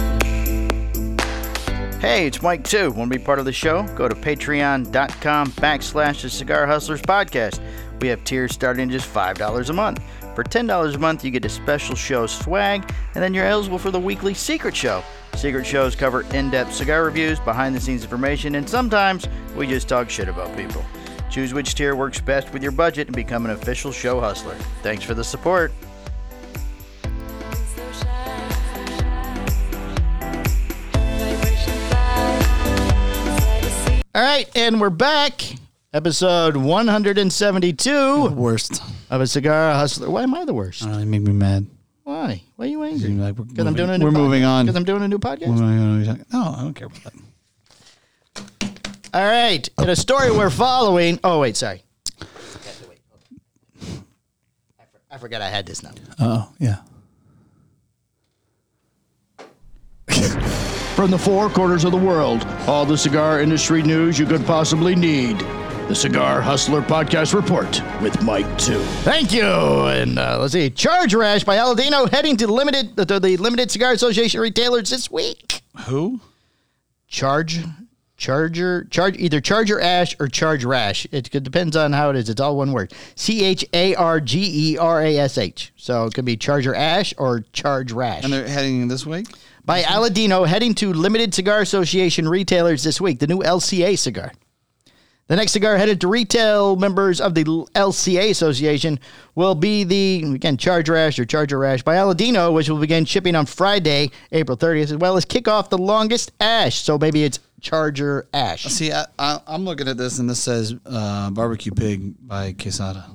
Hey, it's Mike too. Want to be part of the show? Go to patreon.com backslash the Cigar Hustlers podcast. We have tiers starting at just $5 a month. For $10 a month, you get a special show swag, and then you're eligible for the weekly secret show. Secret shows cover in depth cigar reviews, behind the scenes information, and sometimes we just talk shit about people. Choose which tier works best with your budget and become an official show hustler. Thanks for the support.
so shy.
All right, and we're back. Episode 172
Worst.
of A Cigar Hustler. Why am I the worst?
I don't know, Uh, you make me mad.
Why? Why are you
You're
angry?
like, we're
Because I'm
moving-
doing a new
we're moving on.
Because I'm doing a new podcast.
What am I gonna be talking- No, I don't care about that.
All right. In a story we're following. Oh, wait, sorry. I for- I forgot I had this now.
Oh, yeah.
From the four corners of the world, all the cigar industry news you could possibly need. The Cigar Hustler Podcast Report with Mike Two. Thank you, and uh, let's see. Charge Rash by Aladino heading to limited the, the limited cigar association retailers this week.
Who?
Charge, Charger, Charge either Charger Ash or Charge Rash. It, it depends on how it is. It's all one word. C H A R G E R A S H. So it could be Charger Ash or Charge Rash
And they're heading this way?
by
Mm-hmm.
Aladino heading to Limited Cigar Association retailers this week, the new LCA cigar. The next cigar headed to retail members of the LCA Association will be the, again, Charge Rash or Charger Rash by Aladino, which will begin shipping on Friday, April 30th, as well as kick off the longest ash. So maybe it's Charger Ash.
See, I, I, I'm looking at this and this says uh, Barbecue Pig by Quesada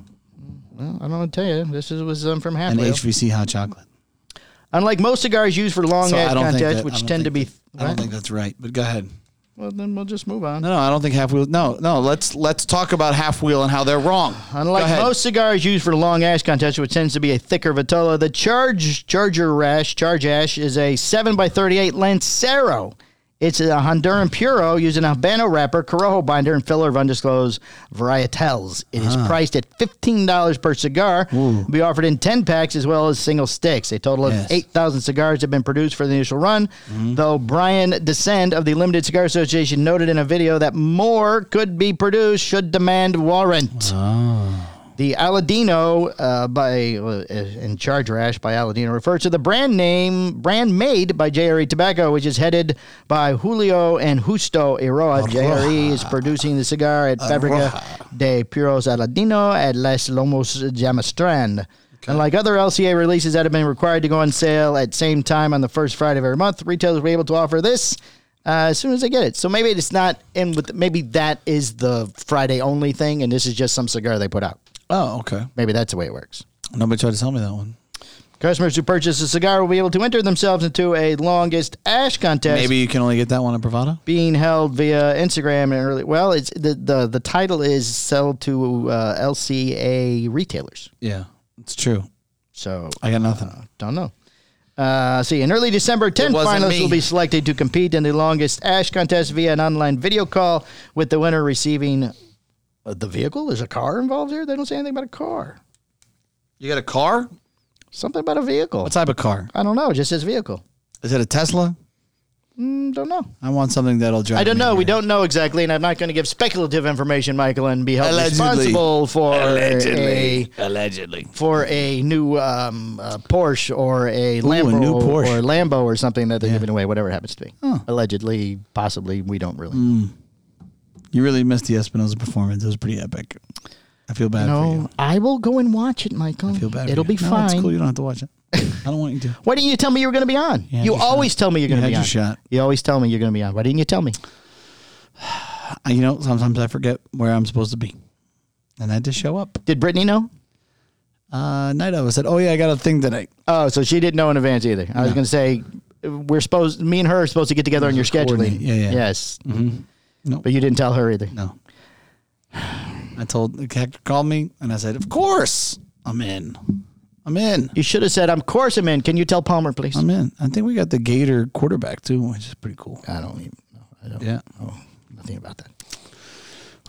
Well, I don't know what to tell you. This is, was um, from
and
Halfway.
HVC Hot Chocolate.
Unlike most cigars used for long
So
ash
I don't think
contests,
that- I
which
don't
tend to be.
think I don't think that's right, but go ahead.
well, then we'll just move on.
No, no, I don't think half wheel. No, no. Let's let's talk about half wheel and how they're wrong. Go
Unlike
ahead.
most cigars used for long ash contests, which tends to be a thicker vitola, the Charge Charger Rash Charge Ash is a 7x38 Lancero. It's a Honduran Puro using a Habano wrapper, Corojo binder, and filler of undisclosed varietals. It is
Uh-huh.
priced at $15 per cigar. Will be offered in 10 packs as well as single sticks. A total of
Yes. Mm-hmm.
8,000 cigars have been produced for the initial run, though Brian Descend of the Limited Cigar Association noted in a video that more could be produced should demand warrant. The Aladino uh, by uh, in charge rash by Aladino refers to the brand name brand made by JRE Tobacco, which is headed by Julio and Justo Iroa. JRE E is producing the cigar at Fabrica de Puros Aladino at Las Lomos Jamastran. Unlike other LCA releases that have been required to go on sale at same time on the first Friday of every month, retailers were able to offer this uh, as soon as they get it. So maybe it's not in with maybe that is the Friday only thing, and this is just some cigar they put out.
Oh, okay.
Maybe that's the way it works.
Nobody tried to tell me that one.
Customers who purchase a cigar will be able to enter themselves into a longest ash contest
Maybe you can only get that one at Bravado.
being held via Instagram and early. Well, it's the the, the title is sell to uh, LCA retailers.
Yeah, it's true.
So
I got nothing.
don't know. Uh, see, in early December, 10
wasn't
finalists
me.
will be selected to compete in the longest ash contest via an online video call, with the winner receiving uh, the vehicle. Is a car involved here? They don't say anything about a car.
you got a car?
Something about a vehicle.
What type of car?
I don't know. It just says vehicle.
Is it a Tesla?
Mm, don't know.
I want something that'll drive.
I don't
me
know. We
here.
don't know exactly, and I'm not going to give speculative information, Michael, and be held
Allegedly.
responsible for
Allegedly.
a for a new um, uh, Porsche or a Lambo
new Porsche.
or Lambo or something that they're giving away, whatever it happens to be. Allegedly, possibly, we don't really.
Mm.
know.
You really missed the Espinosa performance. It was pretty epic. I feel bad for you.
No, I will go and watch it, Michael.
I feel bad. for
It'll
you.
be
No,
fine.
It's cool. You don't have to watch it. I don't want you to.
Why didn't you tell me you were going to be on?
had
you
your
always tell me you're going
had
to be
your
on.
shot.
You always tell me you're going to be on. Why didn't you tell me?
I, you know, sometimes I forget where I'm supposed to be, and I just show up.
Did Brittany know?
Uh, night of, I said, "Oh yeah, I got a thing tonight."
Oh, so she didn't know in advance either. I was going to say we're supposed, me and her are supposed to get together on your scheduling.
coordinate. Yeah, yeah.
Yes,
No,
but you didn't tell her either.
no. I told Hector called me, and I said, "Of course, I'm in. I'm in.
You should have said, "Of course I'm in." Can you tell Palmer, please?
I'm in." I think we got the Gator quarterback too, which is pretty cool.
I don't even. know. I don't
Yeah.
know nothing about that.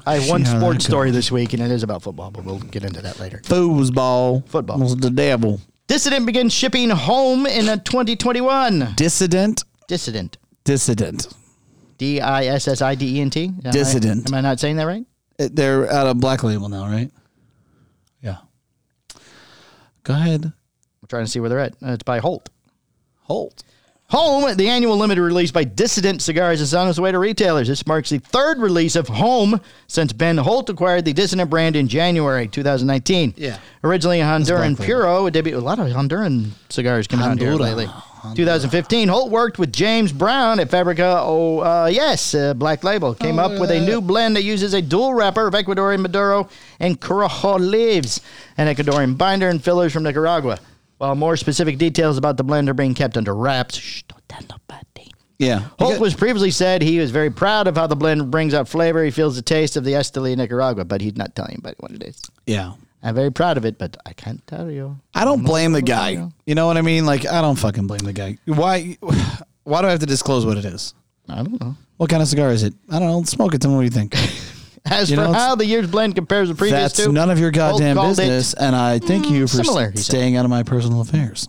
I have
See
one
how that
sports
goes.
story this week, and it is about football, but we'll get into that later.
Foosball.
Football.
Was the devil.
Dissident begins shipping home in a 2021.
Dissident.
Dissident.
Dissident.
D I S S I D E N T. Am I-
Dissident.
Am I not saying that right?
Uh, They're out of black label now, right? Yeah. Go ahead.
I'm trying to see where they're at. Uh, It's by Holt.
Holt.
Home, the annual limited release by Dissident Cigars, is on its way to retailers. This marks the third release of Home since Ben Holt acquired the Dissident brand in January 2019.
Yeah.
Originally a Honduran
black label.
Puro, it debuted a lot of Honduran cigars coming out here
Honduras.
lately. 2015, Holt worked with James Brown at Fabrica. Oh, uh, yes, uh, Black Label came up with a new blend that uses a dual wrapper of Ecuadorian Maduro and Corojo leaves, an Ecuadorian binder and fillers from Nicaragua. While more specific details about the blend are being kept under wraps. Shh, don't tell nobody.
Yeah.
Holt was previously said he was very proud of how the blend brings out flavor. He feels the taste of the Esteli in Nicaragua, but he's not telling anybody what it is.
yeah.
I'm very proud of it, but I can't tell you.
I don't blame the guy. You know what I mean? Like I don't fucking blame the guy. Why why do I have to disclose what it is?
I don't know.
What kind of cigar is it? I don't know. Smoke it. Tell me what you think.
As
You
for
know, it's-
how the year's blend compares to previous
That's
two,
none of your
Holt
goddamn
called it
business, and I thank you for
similar,
s-
he said.
staying out of my personal affairs.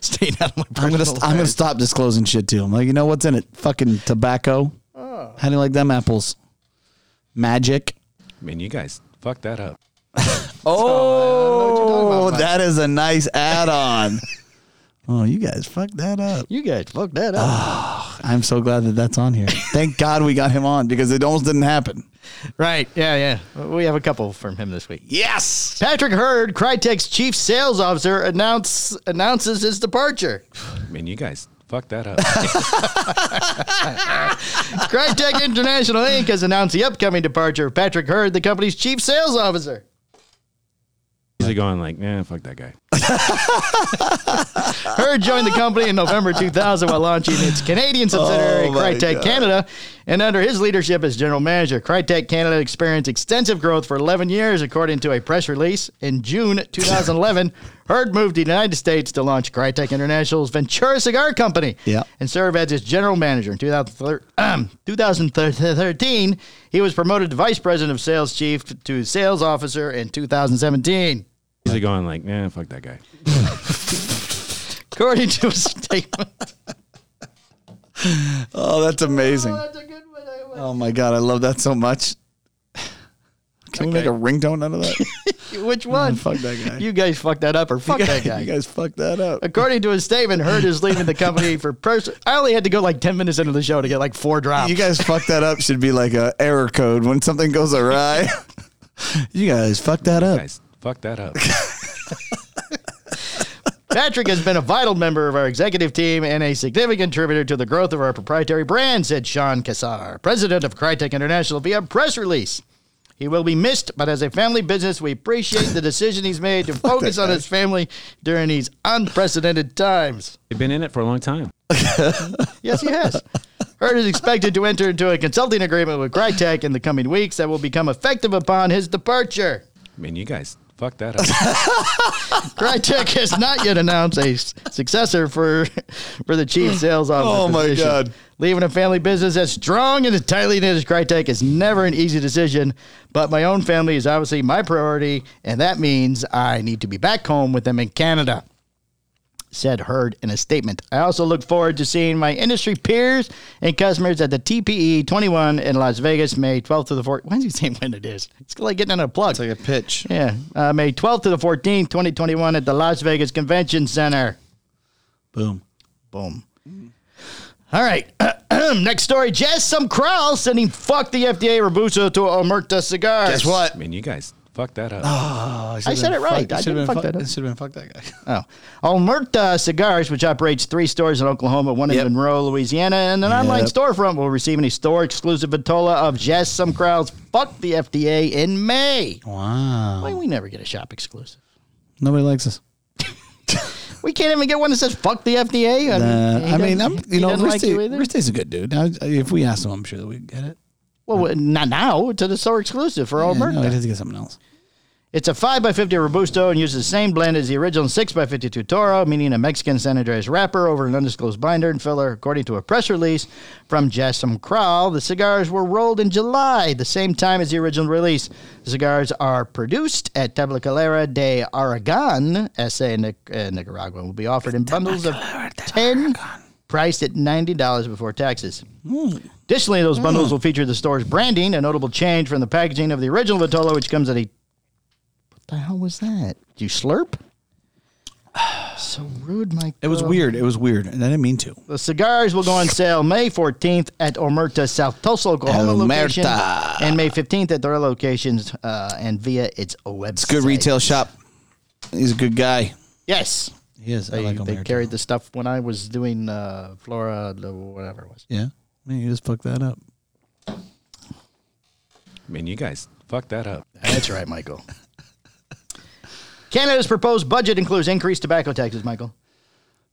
Staying out of my
I'm gonna
personal
st- I'm gonna
affairs.
stop disclosing shit to him. Like you know what's in it? Fucking tobacco.
Oh.
How do you like them apples? Magic.
I mean, you guys fucked that up.
Oh, that is a nice add-on. oh, you guys fucked that up.
You guys fucked that up.
I'm so glad that that's on here. Thank God we got him on because it almost didn't happen.
right. Yeah, yeah. We have a couple from him this week.
Yes.
Patrick Hurd, Crytek's chief sales officer, announce, announces his departure.
I mean, you guys fucked that up.
Crytek International Inc. has announced the upcoming departure of Patrick Hurd, the company's chief sales officer.
Usually going like, nah, fuck that guy.
Hurd joined the company in November 2000 while launching its Canadian subsidiary,
Oh my
Crytek
God.
Canada. And under his leadership as general manager, Crytek Canada experienced extensive growth for 11 years, according to a press release. In June 2011, Hurd moved to the United States to launch Crytek International's Ventura Cigar Company
Yeah.
and serve as its general manager. In 2013, 2013, he was promoted to vice president of sales chief to sales officer in 2017.
Usually going like, nah, fuck that guy.
According to a statement.
Oh, that's amazing.
That's a good one. I-
Oh my God, I love that so much. Can we make a ringtone out of that?
Which one?
fuck that guy.
You guys fucked that up, or fuck that guy.
you guys fucked that up.
According to his statement, Hurd is leaving the company for person. I only had to go like ten minutes into the show to get like four drops.
You guys fucked that up should be like a error code when something goes awry. you guys fucked that
You
up.
guys fucked that up.
Patrick has been a vital member of our executive team and a significant contributor to the growth of our proprietary brand," said Sean Kassar, president of Crytek International, via press release. He will be missed, but as a family business, we appreciate the decision he's made to focus on his family during these unprecedented times.
They've been in it for a long time.
Yes, he has. Hurd is expected to enter into a consulting agreement with Crytek in the coming weeks that will become effective upon his departure.
I mean, you guys fucked that up.
Crytek has not yet announced a s- successor for for the chief sales officer.
Oh, my
position.
God.
Leaving a family business as strong and as tightly knit as Crytek is never an easy decision, but my own family is obviously my priority, and that means I need to be back home with them in Canada. Said Heard in a statement. I also look forward to seeing my industry peers and customers at the TPE 21 in Las Vegas, May 12th to the 14th. When's he saying when it is? It's like getting on a plug.
a pitch.
Yeah, uh, May 12th to the 14th, 2021, at the Las Vegas Convention Center.
Boom.
Boom. All right. Next story. Jess, some Kral sending fuck the FDA Robusto to Omerta cigars.
Guess what?
I mean, you guys fucked that up.
I said it right. I
should
didn't
have Oh, been
fuck
fuck,
that up.
It should have been fuck that guy.
Oh. Omerta Cigars, which operates three stores in Oklahoma, one in
Yep.
Monroe, Louisiana, and an online storefront, will receive a store exclusive vitola of Jess, some Kral's fuck the FDA in May.
Wow.
Why we never get a shop exclusive?
Nobody likes us.
We can't even get one that says fuck the FDA.
Uh,
he
I mean,
doesn't-
I'm
he
you know,
doesn't like
Ristay,
you either?
Ristay's a good dude. I, if we asked him, I'm sure that we'd get it.
Well, w- not now. It's a store exclusive for all
Yeah, no,
Omerta.
he'd have to get something else.
it's a 5x50 Robusto and uses the same blend as the original 6x52 Toro, meaning a Mexican San Andreas wrapper over an undisclosed binder and filler, according to a press release from Jassim Kral. The cigars were rolled in July, the same time as the original release. The cigars are produced at Tabacalera de Aragon, SA Nic- uh, Nicaragua, and will be offered in bundles of 10, priced at $90 before taxes. Additionally, those bundles will feature the store's branding, a notable change from the packaging of the original Vitola, which comes at a. What the hell was that? Did you slurp? so rude, Mike.
It was weird. It was weird, and I didn't mean to.
The cigars will go on sale May 14th at Omerta, South Tulsa, Oklahoma location,
Omerta.
and May 15th at their other locations uh, and via its website.
Good retail shop. He's a good guy.
Yes.
He is. I
They,
like Omer.
they
too.
carried the stuff when I was doing uh, Flora, the- whatever it was.
Yeah. Man, you just fucked that up.
Man, you guys fucked that up.
That's right, Michael. Canada's proposed budget includes increased tobacco taxes, Michael.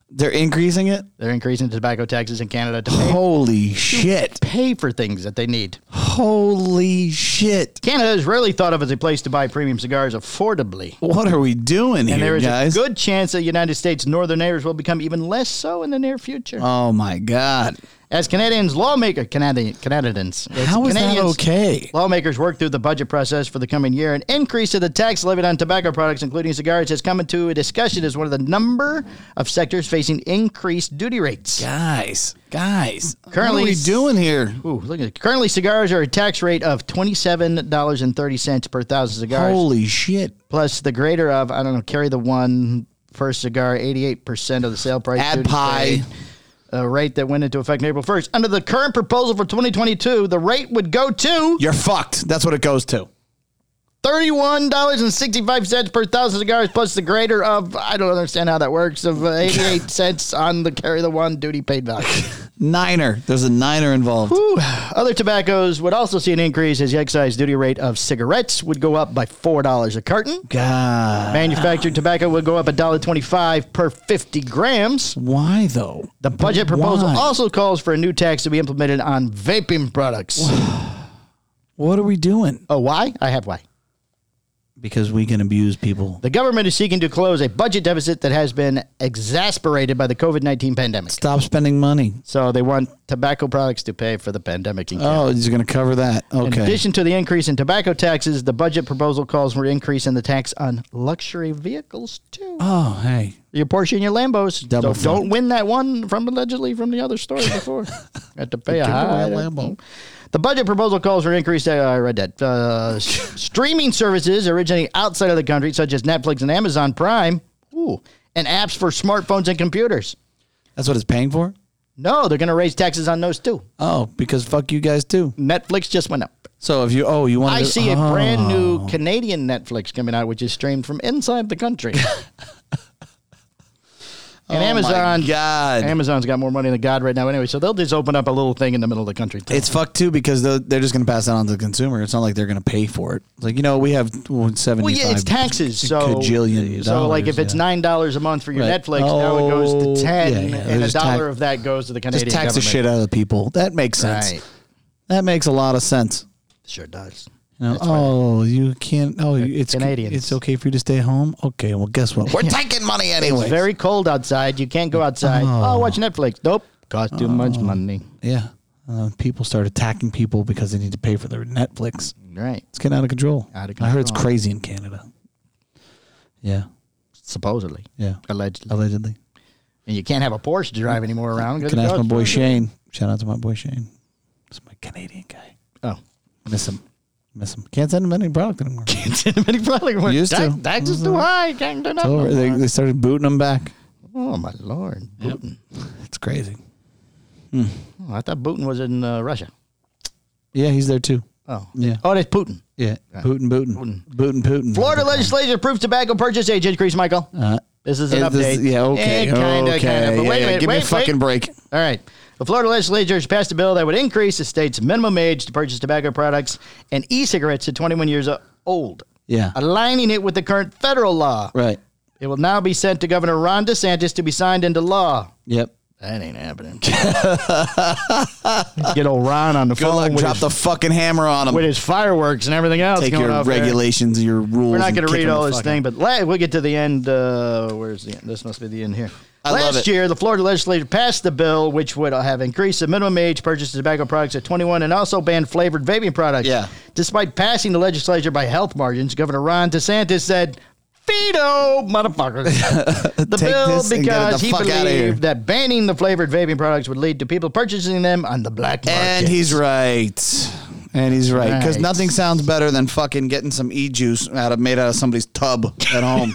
They're increasing it?
They're increasing tobacco taxes in Canada to pay,
Holy shit.
pay for things that they need.
Holy shit.
Canada is rarely thought of as a place to buy premium cigars affordably.
What are we doing
And there
here,
is
guys?
a good chance that United States' northern neighbors will become even less so in the near future.
oh my god.
As Canadians, lawmaker Canadian, Canadians, as
How is that
Canadians,
okay?
Lawmakers worked through the budget process for the coming year. An increase to the tax levied on tobacco products, including cigars, has come into a discussion as one of the number of sectors facing increased duty rates.
Guys, guys.
Currently-
what are we doing here?
Ooh, look at currently cigars are a tax rate of twenty-seven dollars and thirty cents per thousand cigars,
Holy shit.
plus the greater of I don't know, carry the one first cigar, eighty-eight percent of the sale price.
Add
duty
pie.
paid, A rate that went into effect April 1st. Under the current proposal for 2022, the rate would go to
You're fucked. That's what it goes to.
Thirty-one dollars and sixty-five cents per thousand cigars, plus the greater of I don't understand how that works of uh, eighty-eight cents on the carry the one duty paid value.
Niner. There's a niner involved.
Whew. Other tobaccos would also see an increase as the excise duty rate of cigarettes would go up by four dollars a carton.
God.
Manufactured tobacco would go up $1.25 per 50 grams.
Why though?
The budget proposal
Why?
also calls for a new tax to be implemented on vaping products.
What are we doing?
Oh, why? I have why.
Because we can abuse people.
The government is seeking to close a budget deficit that has been exacerbated by the COVID 19 pandemic.
Stop spending money.
So they want tobacco products to pay for the pandemic. In Canada.
Oh, he's going to cover that.
In
Okay.
addition to the increase in tobacco taxes, the budget proposal calls for an increase in the tax on luxury vehicles too.
oh, hey.
Your Porsche and your Lambos.
Double
so don't
fucked.
win that one from allegedly from the other story before. Had to pay a
Give away
high.
a Lambo.
The budget proposal calls for an increase. Uh, I read that. Uh, s- streaming services originating outside of the country, such as Netflix and Amazon Prime, ooh, and apps for smartphones and computers.
That's what it's paying for?
No, they're going to raise taxes on those too.
Oh, because fuck you guys too.
Netflix just went up.
So if you oh you want
I
to,
see a
oh,
brand new Canadian Netflix coming out, which is streamed from inside the country. and Amazon,
Oh. God.
Amazon's got more money than God right now, anyway. So they'll just open up a little thing in the middle of the country. too.
It's fucked too because they're, they're just going to pass that on to the consumer. It's not like they're going to pay for it. It's like you know we have seventy.
well, yeah, it's taxes. So
Cajillion
So, like, if it's
dollars,
nine dollars a month for your
Right.
Netflix, now it
Oh,
goes to ten,
yeah, yeah.
and a
There's tax-
dollar of that goes to the
yeah.
Canadian
just tax the shit
government.
out of the people. That makes sense.
Right,
That makes a lot of sense.
sure does.
You know, oh, you can't. Oh, you- it's
Canadians.
It's okay for you to stay home. Okay, well, guess what? We're taking money anyway.
It's very cold outside. You can't go outside. Oh, watch Netflix. Nope, cost too
Oh.
much money.
yeah. Uh, people start attacking people because they need to pay for their Netflix.
Right,
It's getting out of control.
Out of
I heard it's
control.
crazy in Canada. Yeah,
supposedly,
yeah.
allegedly.
Allegedly.
And you can't have a Porsche to drive anymore around. 'cause
Can I
it
ask my
costs
boy
money.
Shane? Shout out to my boy Shane. It's my Canadian guy.
Oh.
Miss him. Miss him. Can't send him any product anymore. It's
Anybody probably went,
Used
"Tax-
to. Mm-hmm.
Taxes too high. Can't do nothing."
over. They, they started booting him back.
Oh my lord, Putin.
It's crazy.
Oh, I thought Putin was in uh, Russia.
Yeah, he's there too.
Oh,
Yeah.
Oh, that's Putin.
Yeah. Putin, Putin. Putin, Putin.
Florida legislature approves tobacco purchase age increase, Michael.
Uh,
This is an
is
update.
this- yeah, okay.
Eh, kinda,
okay.
kinda, but
yeah,
wait a
yeah,
minute.
Give
wait,
me a fucking
wait.
break.
All right. The Florida legislature has passed a bill that would increase the state's minimum age to purchase tobacco products and e cigarettes to 21 years o- old,
Yeah.
aligning it with the current federal law.
Right.
It will now be sent to Governor Ron DeSantis to be signed into law.
Yep.
That ain't happening. Get old Ron on the
Good
phone
luck.
with,
Drop
his,
the fucking hammer on him.
with his fireworks and everything else
Take
going
your
off there.
regulations, your rules.
We're not
and
going to
kick
read
him
all
the
this
fucking-
thing, but la- we'll get to the end. Uh, where's the end? This must be the end here.
I
Last
love it.
year, the Florida legislature passed the bill which would have increased the minimum age purchase of tobacco products at 21 and also banned flavored vaping products.
Yeah.
Despite passing the legislature by health margins, Governor Ron DeSantis said, Veto, motherfuckers. the
Take
bill
this and get
because
the
he
fuck outta here.
believed that banning the flavored vaping products would lead to people purchasing them on the black market.
And he's right. And he's right because
Right.
nothing sounds better than fucking getting some e juice out of made out of somebody's tub at home.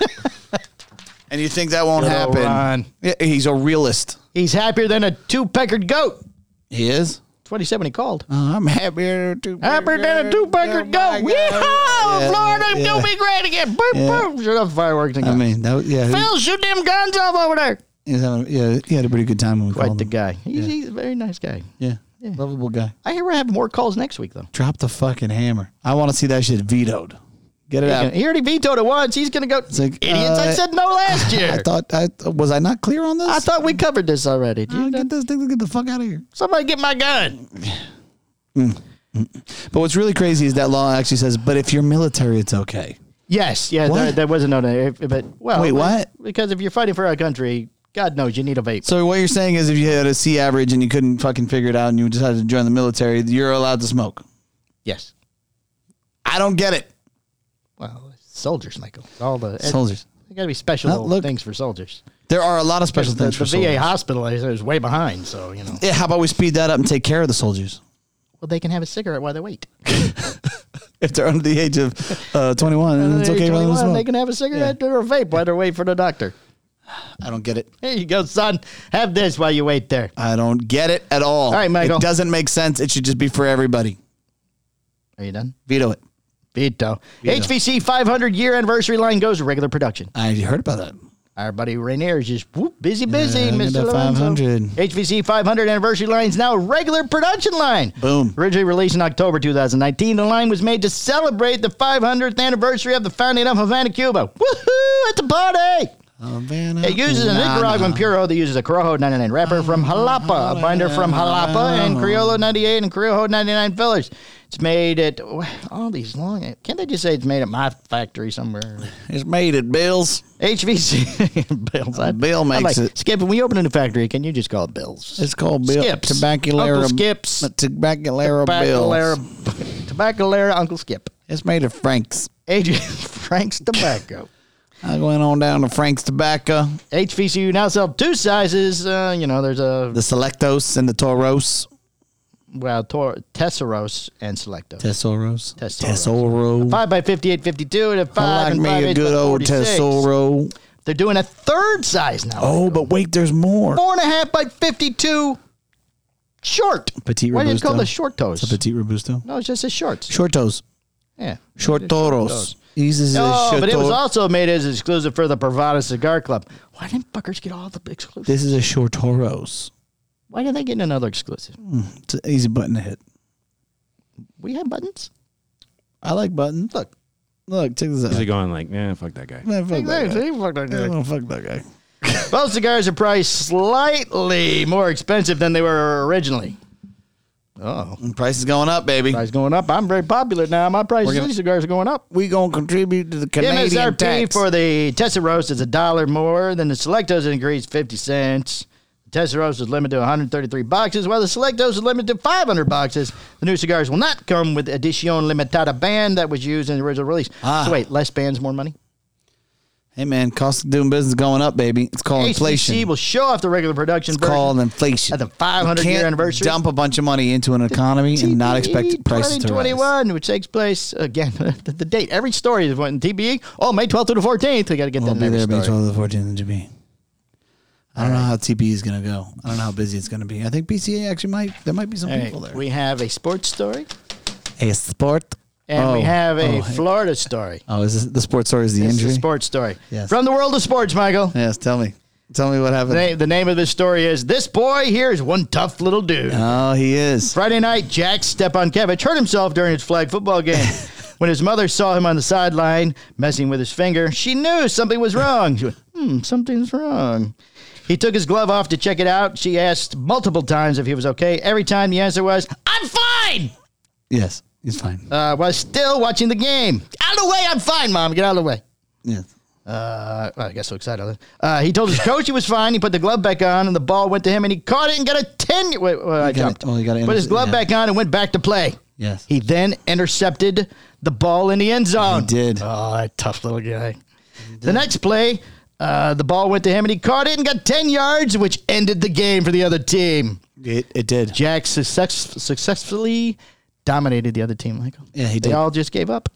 and you think that won't
Good old
happen?
Ron.
Yeah, he's a realist.
he's happier than a two peckered goat.
He is.
That's 27 he called.
Oh, I'm happier to
Happy dinner, two burger, go!
Oh, my
Yeehaw!
God.
Florida,
Yeah,
go be great again! Boom,
Yeah.
boom! Shoot off the fireworks and
I
go.
mean, that was, yeah, he-
Phil, shoot them guns off over there!
he, was having, yeah, he had a pretty good time when we
Right,
called
the
him.
guy. He's, he's a very nice guy.
Yeah. lovable guy.
I hear we're having more calls next week, though.
Drop the fucking hammer. I want to see that shit vetoed. Get it
He's
out.
gonna- He already vetoed it once. He's going to go,
like,
idiots, I
uh,
said no last year.
I thought I was I not clear on this.
I thought we covered this already. Did you
Uh,
know?
get this thing. Get the fuck out of here.
Somebody get my gun.
But what's really crazy is that law actually says, but if you're military, it's okay.
Yes, yeah,
What?
that, that wasn't on there. if- But well,
Wait, what?
Because if you're fighting for our country, God knows you need a vape.
So what you're saying is, if you had a C average and you couldn't fucking figure it out, and you decided to join the military, you're allowed to smoke.
yes.
I don't get it.
Well, soldiers, Michael. All the
Soldiers.
There got to be special
Uh, look.
things for soldiers.
There are a lot of special
The,
things for
the VA
soldiers.
hospital is, is way behind, so you know.
Yeah, how about we speed that up and take care of the soldiers
Well, they can have a cigarette while they wait.
if they're under the age of uh, 21? then it's
They're
okay for them to
21, They
smoke.
can have a cigarette or a vape while they're waiting for the doctor.
I don't get it.
Here you go, son. Have this while you wait there.
I don't get it at all. All
right, Michael.
It doesn't make sense. It should just be for everybody.
Are you done?
Veto it.
Veto. HVC 500 year anniversary line goes to regular production.
I heard about that.
Our buddy Rainier is just whoop, busy, busy,
look at
Mr.
that
Lorenzo.
500.
HVC 500 anniversary line is now a regular production line.
Boom.
Originally released in October 2019, the line was made to celebrate the 500th anniversary of the founding of Havana, Cuba. Woohoo! At the party!
Havana,
It uses a
Cubana.
Nicaraguan Puro that uses a Corojo 99 wrapper
Oh,
from Jalapa, a binder from Jalapa, and Criollo 98 and Criollo 99 fillers. It's made at all these long. Can't they just say it's made at my factory somewhere?
It's made at Bill's.
HVC Bill's. I,
Uh, Bill makes it.
Skip, when we open a new factory, can you just call it Bill's?
It's called Bill.
Skips.
Tabacalera.
Uncle Skips.
Tabacalera,
Tabacalera,
Bill's.
Tabacalera Uncle Skip.
It's made at Frank's.
Adrian Frank's Tobacco.
I went on down to Frank's Tobacco,
HVCU now sell two sizes. Uh, you know, there's a
the Selectos and the Toros.
well, Tor- Tesseros and Selecto.
Tessoros.
Tesoro.
Tessoro.
Five by fifty-eight, fifty-two, and a five.
I like
and
me
five
a
eighths
good
by
old
46.
Tessoro.
They're doing a third size now.
Oh, but wait, there's more.
four and a half by fifty-two, short.
Petite
Why do you
Robusto.
call the short toes?
Petit Robusto.
no, it's just a shorts.
Short toes.
Yeah.
Short toros. These is
Oh,
a short
but it was
toro-
also made as exclusive for the Pravada Cigar Club. Why didn't fuckers get all the exclusive?
This is a short toros.
Why didn't they get another exclusive?
It's an easy button to hit.
We had buttons.
I like buttons. Look. Look, check this out.
Usually going like, nah, fuck that guy.
Man, fuck that guy.
Exactly.
Man, fuck that guy.
Both cigars are priced slightly more expensive than they were originally. Oh,
And price is going up, baby.
price going up. I'm very popular now. My price
We're
of
gonna-
these cigars are going up.
We gonna contribute to the Canadian
MSRP
tax.
for the Tesseros is a dollar more than the Selectos increased 50 cents. The Tesseros is limited to 133 boxes, while the Selectos is limited to 500 boxes. The new cigars will not come with Edición Limitada band that was used in the original release.
Ah.
So wait, less bands, more money?
hey man, cost of doing business is going up, baby. It's called
HBC
Oh, inflation.
will show off the regular production
It's
version.
called inflation.
At the 500
You
year
can't
anniversary. E
Dump a bunch of money into an economy and not expect prices to rise.
2021, which takes place again. The, the date. Every story is when TBE. Oh, May 12th through the 14th. We got to get
We'll
that
be
in
there
every
May
story.
12 to 14 to be. I don't know how TP is gonna go. I don't know how busy it's gonna be. I think PCA actually might. There might be some
All right,
people there.
we have a sports story
a sport.
and we
Oh,
have a
oh, hey.
Florida story.
Oh, is this, the sports story is the
This is
injury?
a sports story
Yes.
from the world of sports, Michael.
Yes, tell me. Tell me what happened.
The name, the name of this story is This Boy Here is One Tough Little Dude.
oh, he is.
Friday night, Jack Stepankevich hurt himself during his flag football game. when his mother saw him on the sideline messing with his finger, she knew something was wrong. She went, hmm, something's wrong. He took his glove off to check it out. She asked multiple times if he was okay. Every time the answer was, I'm fine!
Yes, he's fine.
Uh, while still watching the game. Out of the way, I'm fine, Mom. Get out of the way.
yes.
Uh, well, I got so excited. Uh, he told his coach he was fine. He put the glove back on, and the ball went to him, and he caught it and got a 10. Wait, wait, I
got it.
jumped.
Oh, you got it.
put his glove
Yeah.
back on and went back to play.
Yes.
He then intercepted the ball in the end zone.
He did.
Oh, that tough little guy. The next play, uh, the ball went to him and he caught it and got 10 yards, which ended the game for the other team.
It, it did.
Jack success- successfully dominated the other team, Michael.
Yeah, he
They
did.
all just gave up.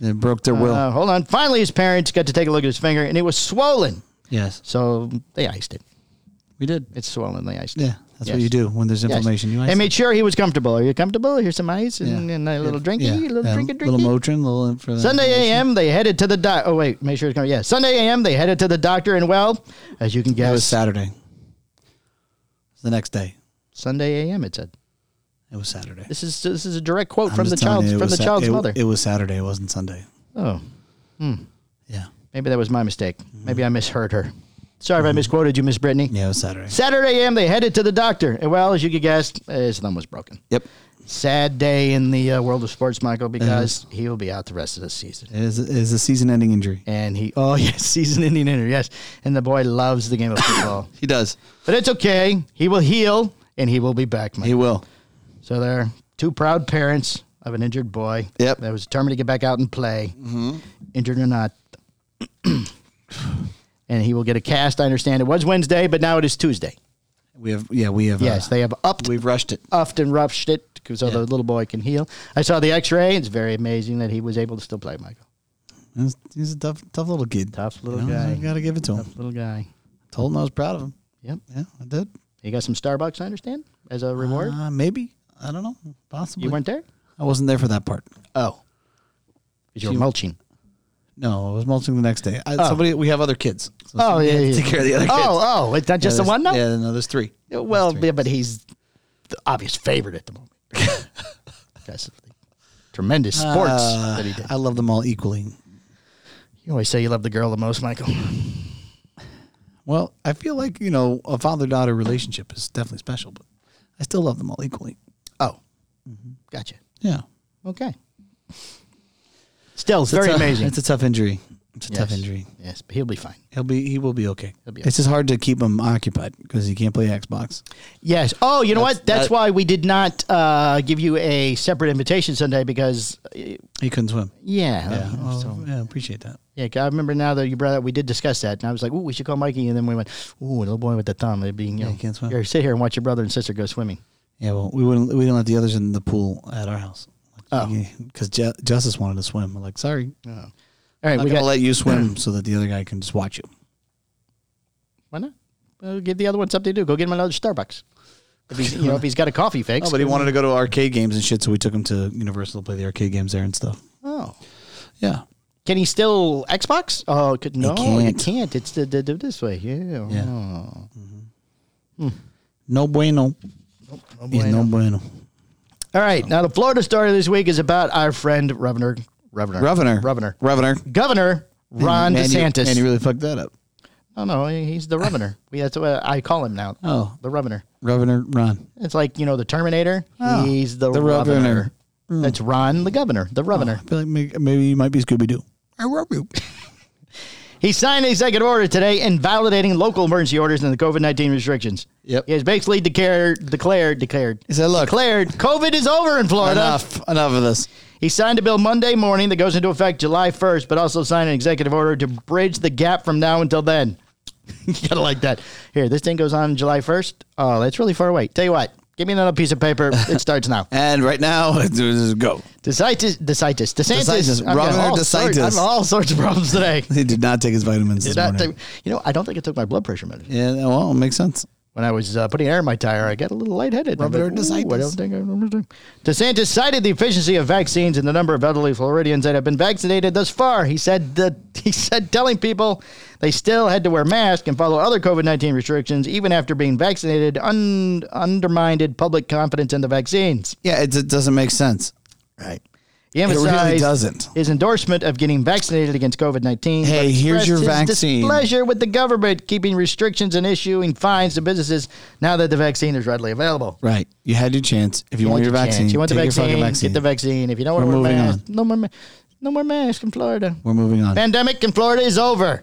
It broke their will.
Uh, hold on. Finally, his parents got to take a look at his finger and it was swollen.
yes.
So they iced it.
We did.
It's swollenly iced.
Yeah, that's
Yes.
what you do when there's
Yes.
inflammation. You ice
I made sure he was comfortable. Are you comfortable? Here's some ice and,
Yeah.
and a little drinky,
Yeah,
a little
yeah,
drinky, drinky.
little Motrin, little for the
Sunday a.m. They headed to the doc. Oh wait, make sure it's coming. Yeah, Sunday a.m. They headed to the doctor, and well, as you can
That was
guess,
Saturday. The next day,
Sunday a.m. It said.
it was Saturday.
This is this is a direct quote
I'm
from
just
the
telling
child
you, it
from
was
the
Sa-
child's
it-
mother.
It was Saturday. It wasn't Sunday.
oh,
Yeah,
maybe that was my mistake. Maybe I misheard her. Sorry if I misquoted you, Miss Brittany.
Mm-hmm. yeah, it was Saturday.
Saturday a.m. They headed to the doctor, and well, as you could guess, his thumb was broken.
Yep,
Sad day in the uh, world of sports, Michael,
is.
because he will be out the rest of the season.
it is, it is a season-ending injury.
And he, oh yes, season-ending injury, yes. And the boy loves the game of football,
He does.
but it's okay. He will heal, and he will be back,
He
Michael.
will.
So they're two proud parents of an injured boy.
Yep. Mm-hmm.
That was determined to get back out and play, injured or not. and he will get a cast. I understand it was Wednesday, but now it is Tuesday.
Uh-huh. We have. Yeah, we have.
Yes,
uh,
they have upped,
We've rushed it.
upped and roughed it so the
Yeah.
little boy can heal. I saw the X-ray. It's very amazing that he was able to still play, Michael.
He's- He's a tough, tough little kid.
Tough
You
little
know,
guy.
I gotta give it to him.
Tough little guy.
Told him I was proud of him.
Yep.
Yeah, I did.
He got some Starbucks, I understand, as a reward.
Uh, maybe. I don't know. Possibly.
you weren't there.
I wasn't there for that part.
Oh, 'Cause you were
You-
mulching.
No, I was mulching the next day. I, Somebody, we have other kids. So
Oh
somebody
yeah,
had to
yeah.
Take care of the other kids.
Oh, oh, it's not
Yeah,
just the
there's-
one now.
Yeah, no, there's three.
Yeah, Well, yeah, but he's the obvious favorite at the moment. That's the tremendous sports
Uh,
that he did.
I love them all equally.
You always say you love the girl the most, Michael.
Well, I feel like you know a father-daughter relationship is definitely special, but I still love them all equally.
Oh,
Mm-hmm.
gotcha.
Yeah,
Okay. Still, it's very
It's a-
amazing.
It's a tough injury. It's a tough
Yes.
injury.
Yes, but he'll be fine.
He'll be. He will be okay.
He'll be
It's just hard to keep him occupied because he can't play Xbox.
Yes. Oh, you know what? That's
that-
why we did not uh, give you a separate invitation Sunday because, uh,
He couldn't swim.
yeah. Um,
Yeah, well,
so-
yeah, I appreciate that.
Yeah, 'cause I remember now that you brought up, we did discuss that, and I was like, "Ooh, we should call Mikey," and then we went, "Ooh, little boy with the thumb, it being you know,
he can't swim.
here, sit here and watch your brother and sister go swimming."
Yeah, well, we wouldn't. We didn't let the others in the pool at our house.
Oh.
because Justice wanted to swim. I'm like, sorry,
Oh. All right,
I'm
we
gonna
got.
let you swim so that the other guy can just watch you.
why not? Well, give the other one something to do. Go get him another Starbucks. If he's, you know, if he's got a coffee fix.
No, Oh, but he
give him-
wanted to go to arcade games and shit, so we took him to Universal to play the arcade games there and stuff.
Oh,
Yeah,
can he still Xbox? Oh, could, no, you
can't.
can't. It's the, the, the- this way. Yeah.
Yeah.
Oh.
no bueno.
oh, No
He's
bueno.
no bueno.
All right. Now the Florida story this week is about our friend Governor Governor
Revenor.
Governor
Revenor.
Governor Ron
Man, you-
DeSantis.
Man, you really fucked that up.
Oh no, he's the Revener. We that's what I call him now.
Oh.
the Revener.
Revenor Ron.
It's like you know the Terminator.
Oh,
he's the,
the
Revener.
Revener. Mm. Oh.
That's Ron, the Governor, the Revener.
I feel like may- maybe you might be Scooby Doo. I love you.
He signed an executive order today invalidating local emergency orders and the COVID nineteen restrictions.
Yep.
He has basically declared, declared, declared,
He said, "Look,
declared COVID is over in Florida.
enough, enough of this."
He signed a bill Monday morning that goes into effect July 1st, but also signed an executive order to bridge the gap from now until then. you gotta like that. Here, this thing goes on July 1st. Oh, that's really far away. Tell you what, give me another piece of paper. It starts now.
And right now, it's- it's go.
DeSantis, DeSantis, DeSantis.
DeSantis,
I've got
Governor
all sorts-
DeSantis.
I've got all sorts of problems today.
He did not take his vitamins
Did
this
not
morning.
take- you know, I don't think I took my blood pressure medicine.
yeah, well, it makes sense.
When I was uh, putting air in my tire, I got a little lightheaded. I'm
Governor
"Ooh, I
DeSantis."
don't think I remember doing-" DeSantis cited the efficiency of vaccines and the number of elderly Floridians that have been vaccinated thus far. He said that he said telling people they still had to wear masks and follow other COVID nineteen restrictions even after being vaccinated un- undermined public confidence in the vaccines.
Yeah, it, it doesn't make sense.
Right. He
really
emphasized
doesn't.
His endorsement of getting vaccinated against COVID 19.
Hey, here's your vaccine.
Displeasure with the government keeping restrictions and issuing fines to businesses now that the vaccine is readily available.
Right. You had your chance. If you, want, your
chance.
vaccine,
You want the
take your
vaccine,
fucking
Get the vaccine. If you don't want
We're
to wear
moving
masks,
on.
no more, ma- no more masks in Florida.
We're moving on.
Pandemic in Florida is over.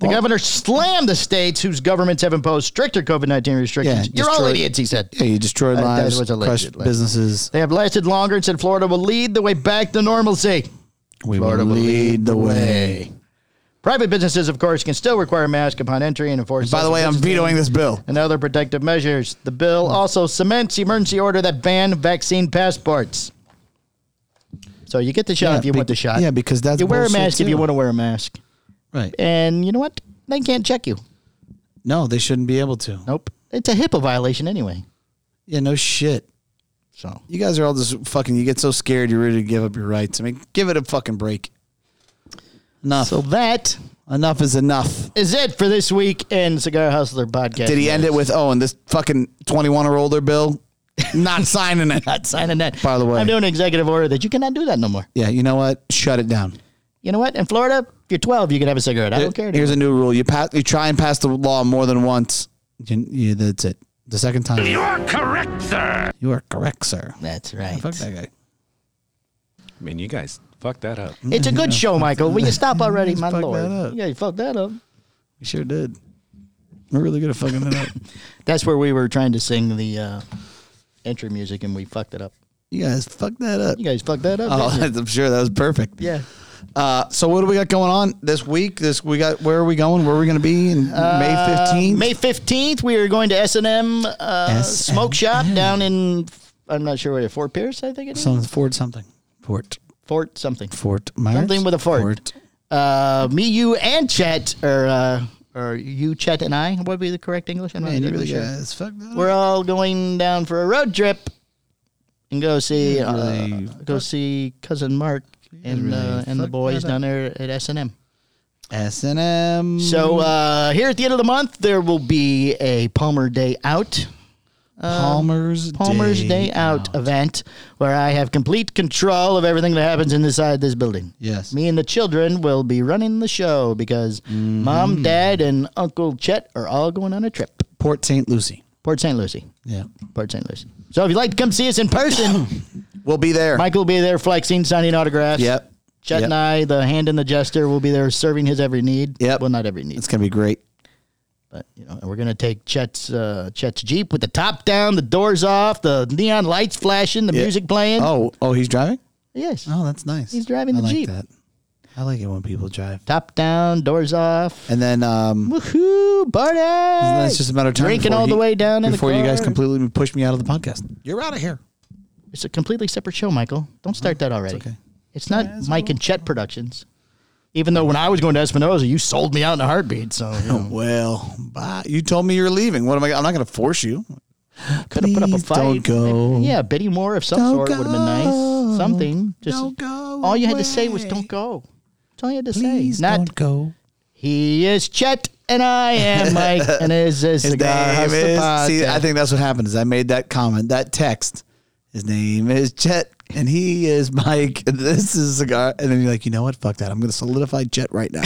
The
Well-
governor slammed the states whose governments have imposed stricter COVID 19 restrictions.
Yeah,
You're all
destroy-
idiots, he said.
yeah, you destroyed
That- that
lives,
was alleged,
crushed
alleged.
businesses.
They have lasted longer and said Florida will lead the way back to normalcy.
We
Florida
will lead the way.
Private businesses, of course, can still require masks upon entry and enforce.
By the
social
way, I'm
distancing
vetoing this bill.
And other protective measures. The bill also cements the emergency order that banned vaccine passports. So you get the shot
Yeah,
if you
be-
want the shot.
yeah, because that's
you wear a
bullshit,
mask if you
too.
want to wear a mask.
Right.
And you know what? They can't check you.
No, they shouldn't be able to.
Nope. It's a HIPAA violation anyway.
Yeah, no shit.
So
You guys are all just fucking. You get so scared, you're ready to give up your rights. I mean, give it a fucking break. Enough.
so that
enough is enough.
is it for this week in Cigar Hustler podcast.
Did he end it with, "Oh, and this fucking 21 or older bill, not signing it"?
Not signing that.
By the way.
I'm doing an executive order that you cannot do that no more.
Yeah, you know what? Shut it down.
You know what? In Florida, if you're 12, you can have a cigarette. I don't care.
Here's a new rule: you pass, you try and pass the law more than once. You, you- that's it. The second time. You are correct, sir. You are correct, sir.
That's right.
Fuck that guy.
I mean, you guys fucked that up.
It's a good show, Michael. Will you stop already, my
fucked
lord?
that up.
Yeah, you fucked that up.
We sure did. We're really good at fucking it up.
That's where we were trying to sing the uh, entry music and we fucked it up.
You guys fucked that up.
You guys fucked that up.
Oh,
didn't you?
I'm sure that was perfect.
yeah.
Uh, so what do we got going on this week? This we got. Where are we going? Where are we going to be in May
Uh,
15th?
May 15th, we are going to S&M, uh,
S&M.
Smoke Shop down in, I'm not sure where, Fort Pierce, I think it is?
Some Ford something. Fort
Fort something.
Fort Myers.
Something with a fort. Uh, me, you, and Chet, or, uh, or you, Chet, and I, what would be the correct English? I'm not
Man, you
really
really
sure.
guys fucked that
We're
up.
all going down for a road trip and go see
Yeah,
uh,
really.
go see cousin Mark and
really
uh, and the
fucked
boys
that
down there at S and M.
S and M.
So uh, here at the end of the month, there will be a Palmer Day Out.
Palmer's
um, Palmer's Day,
Um, Day
Out, event where I have complete control of everything that happens inside this building.
Yes.
Me and the children will be running the show because
Mm-hmm.
mom, dad, and Uncle Chet are all going on a trip.
Port St. Lucie.
Port St. Lucie.
Yeah,
Port St. Lucie. So if you'd like to come see us in person,
we'll be there.
Michael will be there flexing, signing autographs.
Yep.
Chet
Yep.
and I, the hand and the jester, will be there serving his every need.
Yep.
Well, not every need,
It's gonna be great.
but you know, and we're gonna take Chet's uh, Chet's Jeep with the top down, the doors off, the neon lights flashing, the
Yeah.
music playing.
Oh, oh, he's driving.
yes.
Oh, that's nice.
He's driving
I
the
like
Jeep.
That. I like it when people drive.
Top down, doors off.
And then um,
Woohoo! Party.
that's just a matter of time.
Drinking
before
all the
he-
way down in the
before you guys
car.
completely push me out of the podcast. You're out of here.
It's a completely separate show, Michael. Don't start that already. It's,
Oh, okay.
not Mike and Chet Productions. Even though when I was going to Espinosa, you sold me out in a heartbeat. So you know,
Well, bye. You told me you're leaving. What am I? I'm not gonna force you.
could have put up a
Please don't
fight.
go.
Yeah, Betty Moore of some
Don't
sort would have been nice.
go.
Something. Just
Don't go
all you had to say was
away.
"Don't go." That's all you had to
Please
say. Not
don't go.
he is Chet and I am Mike and is a
His
cigar
name
Hustler
is. See,
podcast.
I think that's what happened. Is I made that comment, that text. His name is Chet, and he is Mike. and This is cigar. And then you're like, you know what? Fuck that. I'm going to solidify Chet right now.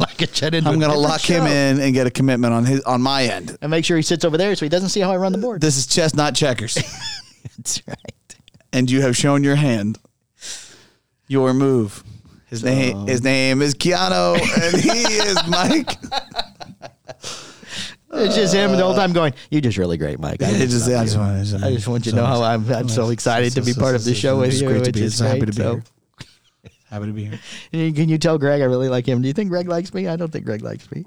like a Chet into
I'm
a
going to
different
lock him
show.
in and get a commitment on his on my end.
and make sure he sits over there so he doesn't see how I run the board.
This is chestnut checkers,
That's right.
and you have shown your hand. Your move. His name. His name is Keanu, and he is Mike.
It's just him
Uh,
the whole time going, You're just really great, Mike. I,
It
just,
just- I just want-
I just want you to know how I'm, I'm so excited to be part of the show with
It's
you.
great to
which
be-
is
so happy
great,
to be
so-
here. Happy to be here.
And Can you tell Greg I really like him? Do you think Greg likes me? I don't think Greg likes me.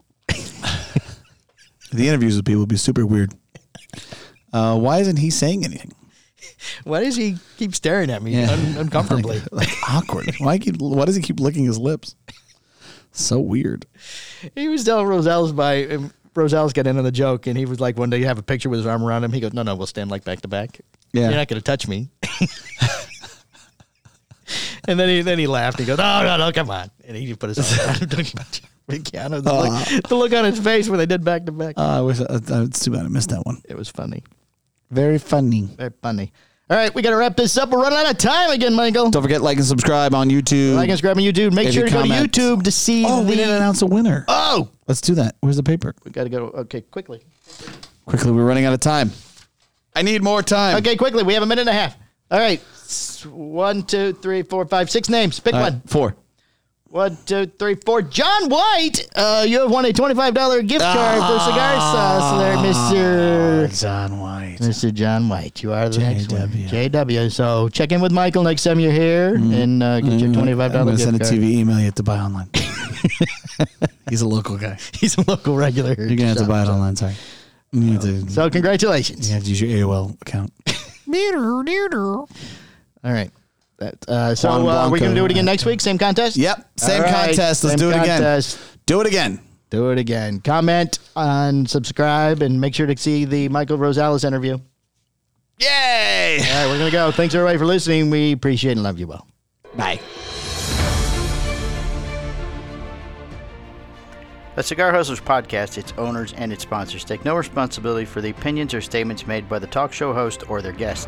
The interviews with people would be super weird. Uh, why isn't he saying anything?
Why does he keep staring at me
Yeah.
un- uncomfortably?
Like awkward. Why keep? Why does he keep licking his lips? So weird.
he was telling Rosales by um, Rosales got in on the joke, and he was like, "One day you have a picture with his arm around him." He goes, "No, no, we'll stand like back to back.
Yeah.
you're not going to touch me." and then he then he laughed. He goes, "No, no, no, come on!" And he put his arm around him. Talking about Keanu, the,
Uh-huh.
look, the look on his face when they did back to back.
Uh, I wish. Uh, uh, it's too bad I missed that one.
It was funny,
Very funny.
very funny. All right, we got to wrap this up. We're running out of time again, Michael.
Don't forget like and subscribe on YouTube.
Like and subscribe on YouTube. Make
If
sure
you
to go to
comment.
YouTube to see
oh,
the.
we didn't announce a winner.
oh,
Let's do that. Where's the paper?
we got to go. Okay, quickly.
Quickly, we're running out of time. I need more time.
Okay, quickly. We have a minute and a half. All right. S- One, two, three, four, five, six names. Pick
All right,
one.
four.
One, two, three, four. John White. Uh, you have won a twenty-five dollar gift card for cigar sauce,
Ah.
there, Mister.
John White.
Mr. John White, you are the next one.
JW.
JW. So check in with Michael next time you're here and uh, get your twenty-five
Mm. I'm
dollar
gonna
gift
send a
card.
TV email you have to buy online. He's a local guy.
He's a local regular.
You're gonna have to buy it online. Sorry. You have to,
So congratulations.
you have to use your AOL account.
All right. That, uh, so
Juan
uh, we're
Blanco.
gonna do it again next week. Same contest.
Yep. Same
All right,
contest. Let's
same
do it
contest.
again. Do it again.
Do it again. Comment on subscribe and make sure to see the Michael Rosales interview. All
Yay!
right, we're gonna go. Thanks everybody for listening. We appreciate and love you well.
Bye.
The Cigar Hustlers podcast, its owners, and its sponsors take no responsibility for the opinions or statements made by the talk show host or their guest.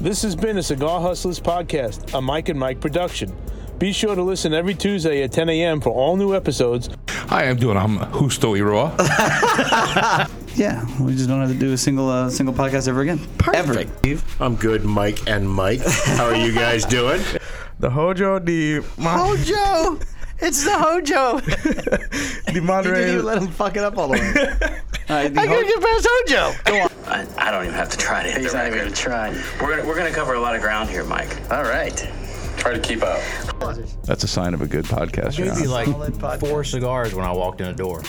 This has been a Cigar Hustlers podcast, a Mike and Mike production. Be sure to listen every Tuesday at 10 a.m. for all new episodes
Hi, I'm doing. I'm Husto Iroa.
Yeah, we just don't have to do a single uh, single podcast ever again. Perfect.
I'm good, Mike and Mike. How are you guys doing?
The Hojo de, Ma-
Hojo! It's the Hojo!
de Monterey.
let him fuck it up all the way.
All right, the
I
ho-
gotta get past Hojo!
I, I don't even have to try to hit the record.
try.
We're gonna, we're gonna cover a lot of ground here, Mike.
All right.
Try to keep up.
That's a sign of a good podcast. You're on.
Maybe like four cigars when I walked in the door.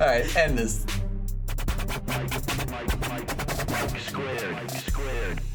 All right, end this.
Squared. Squared.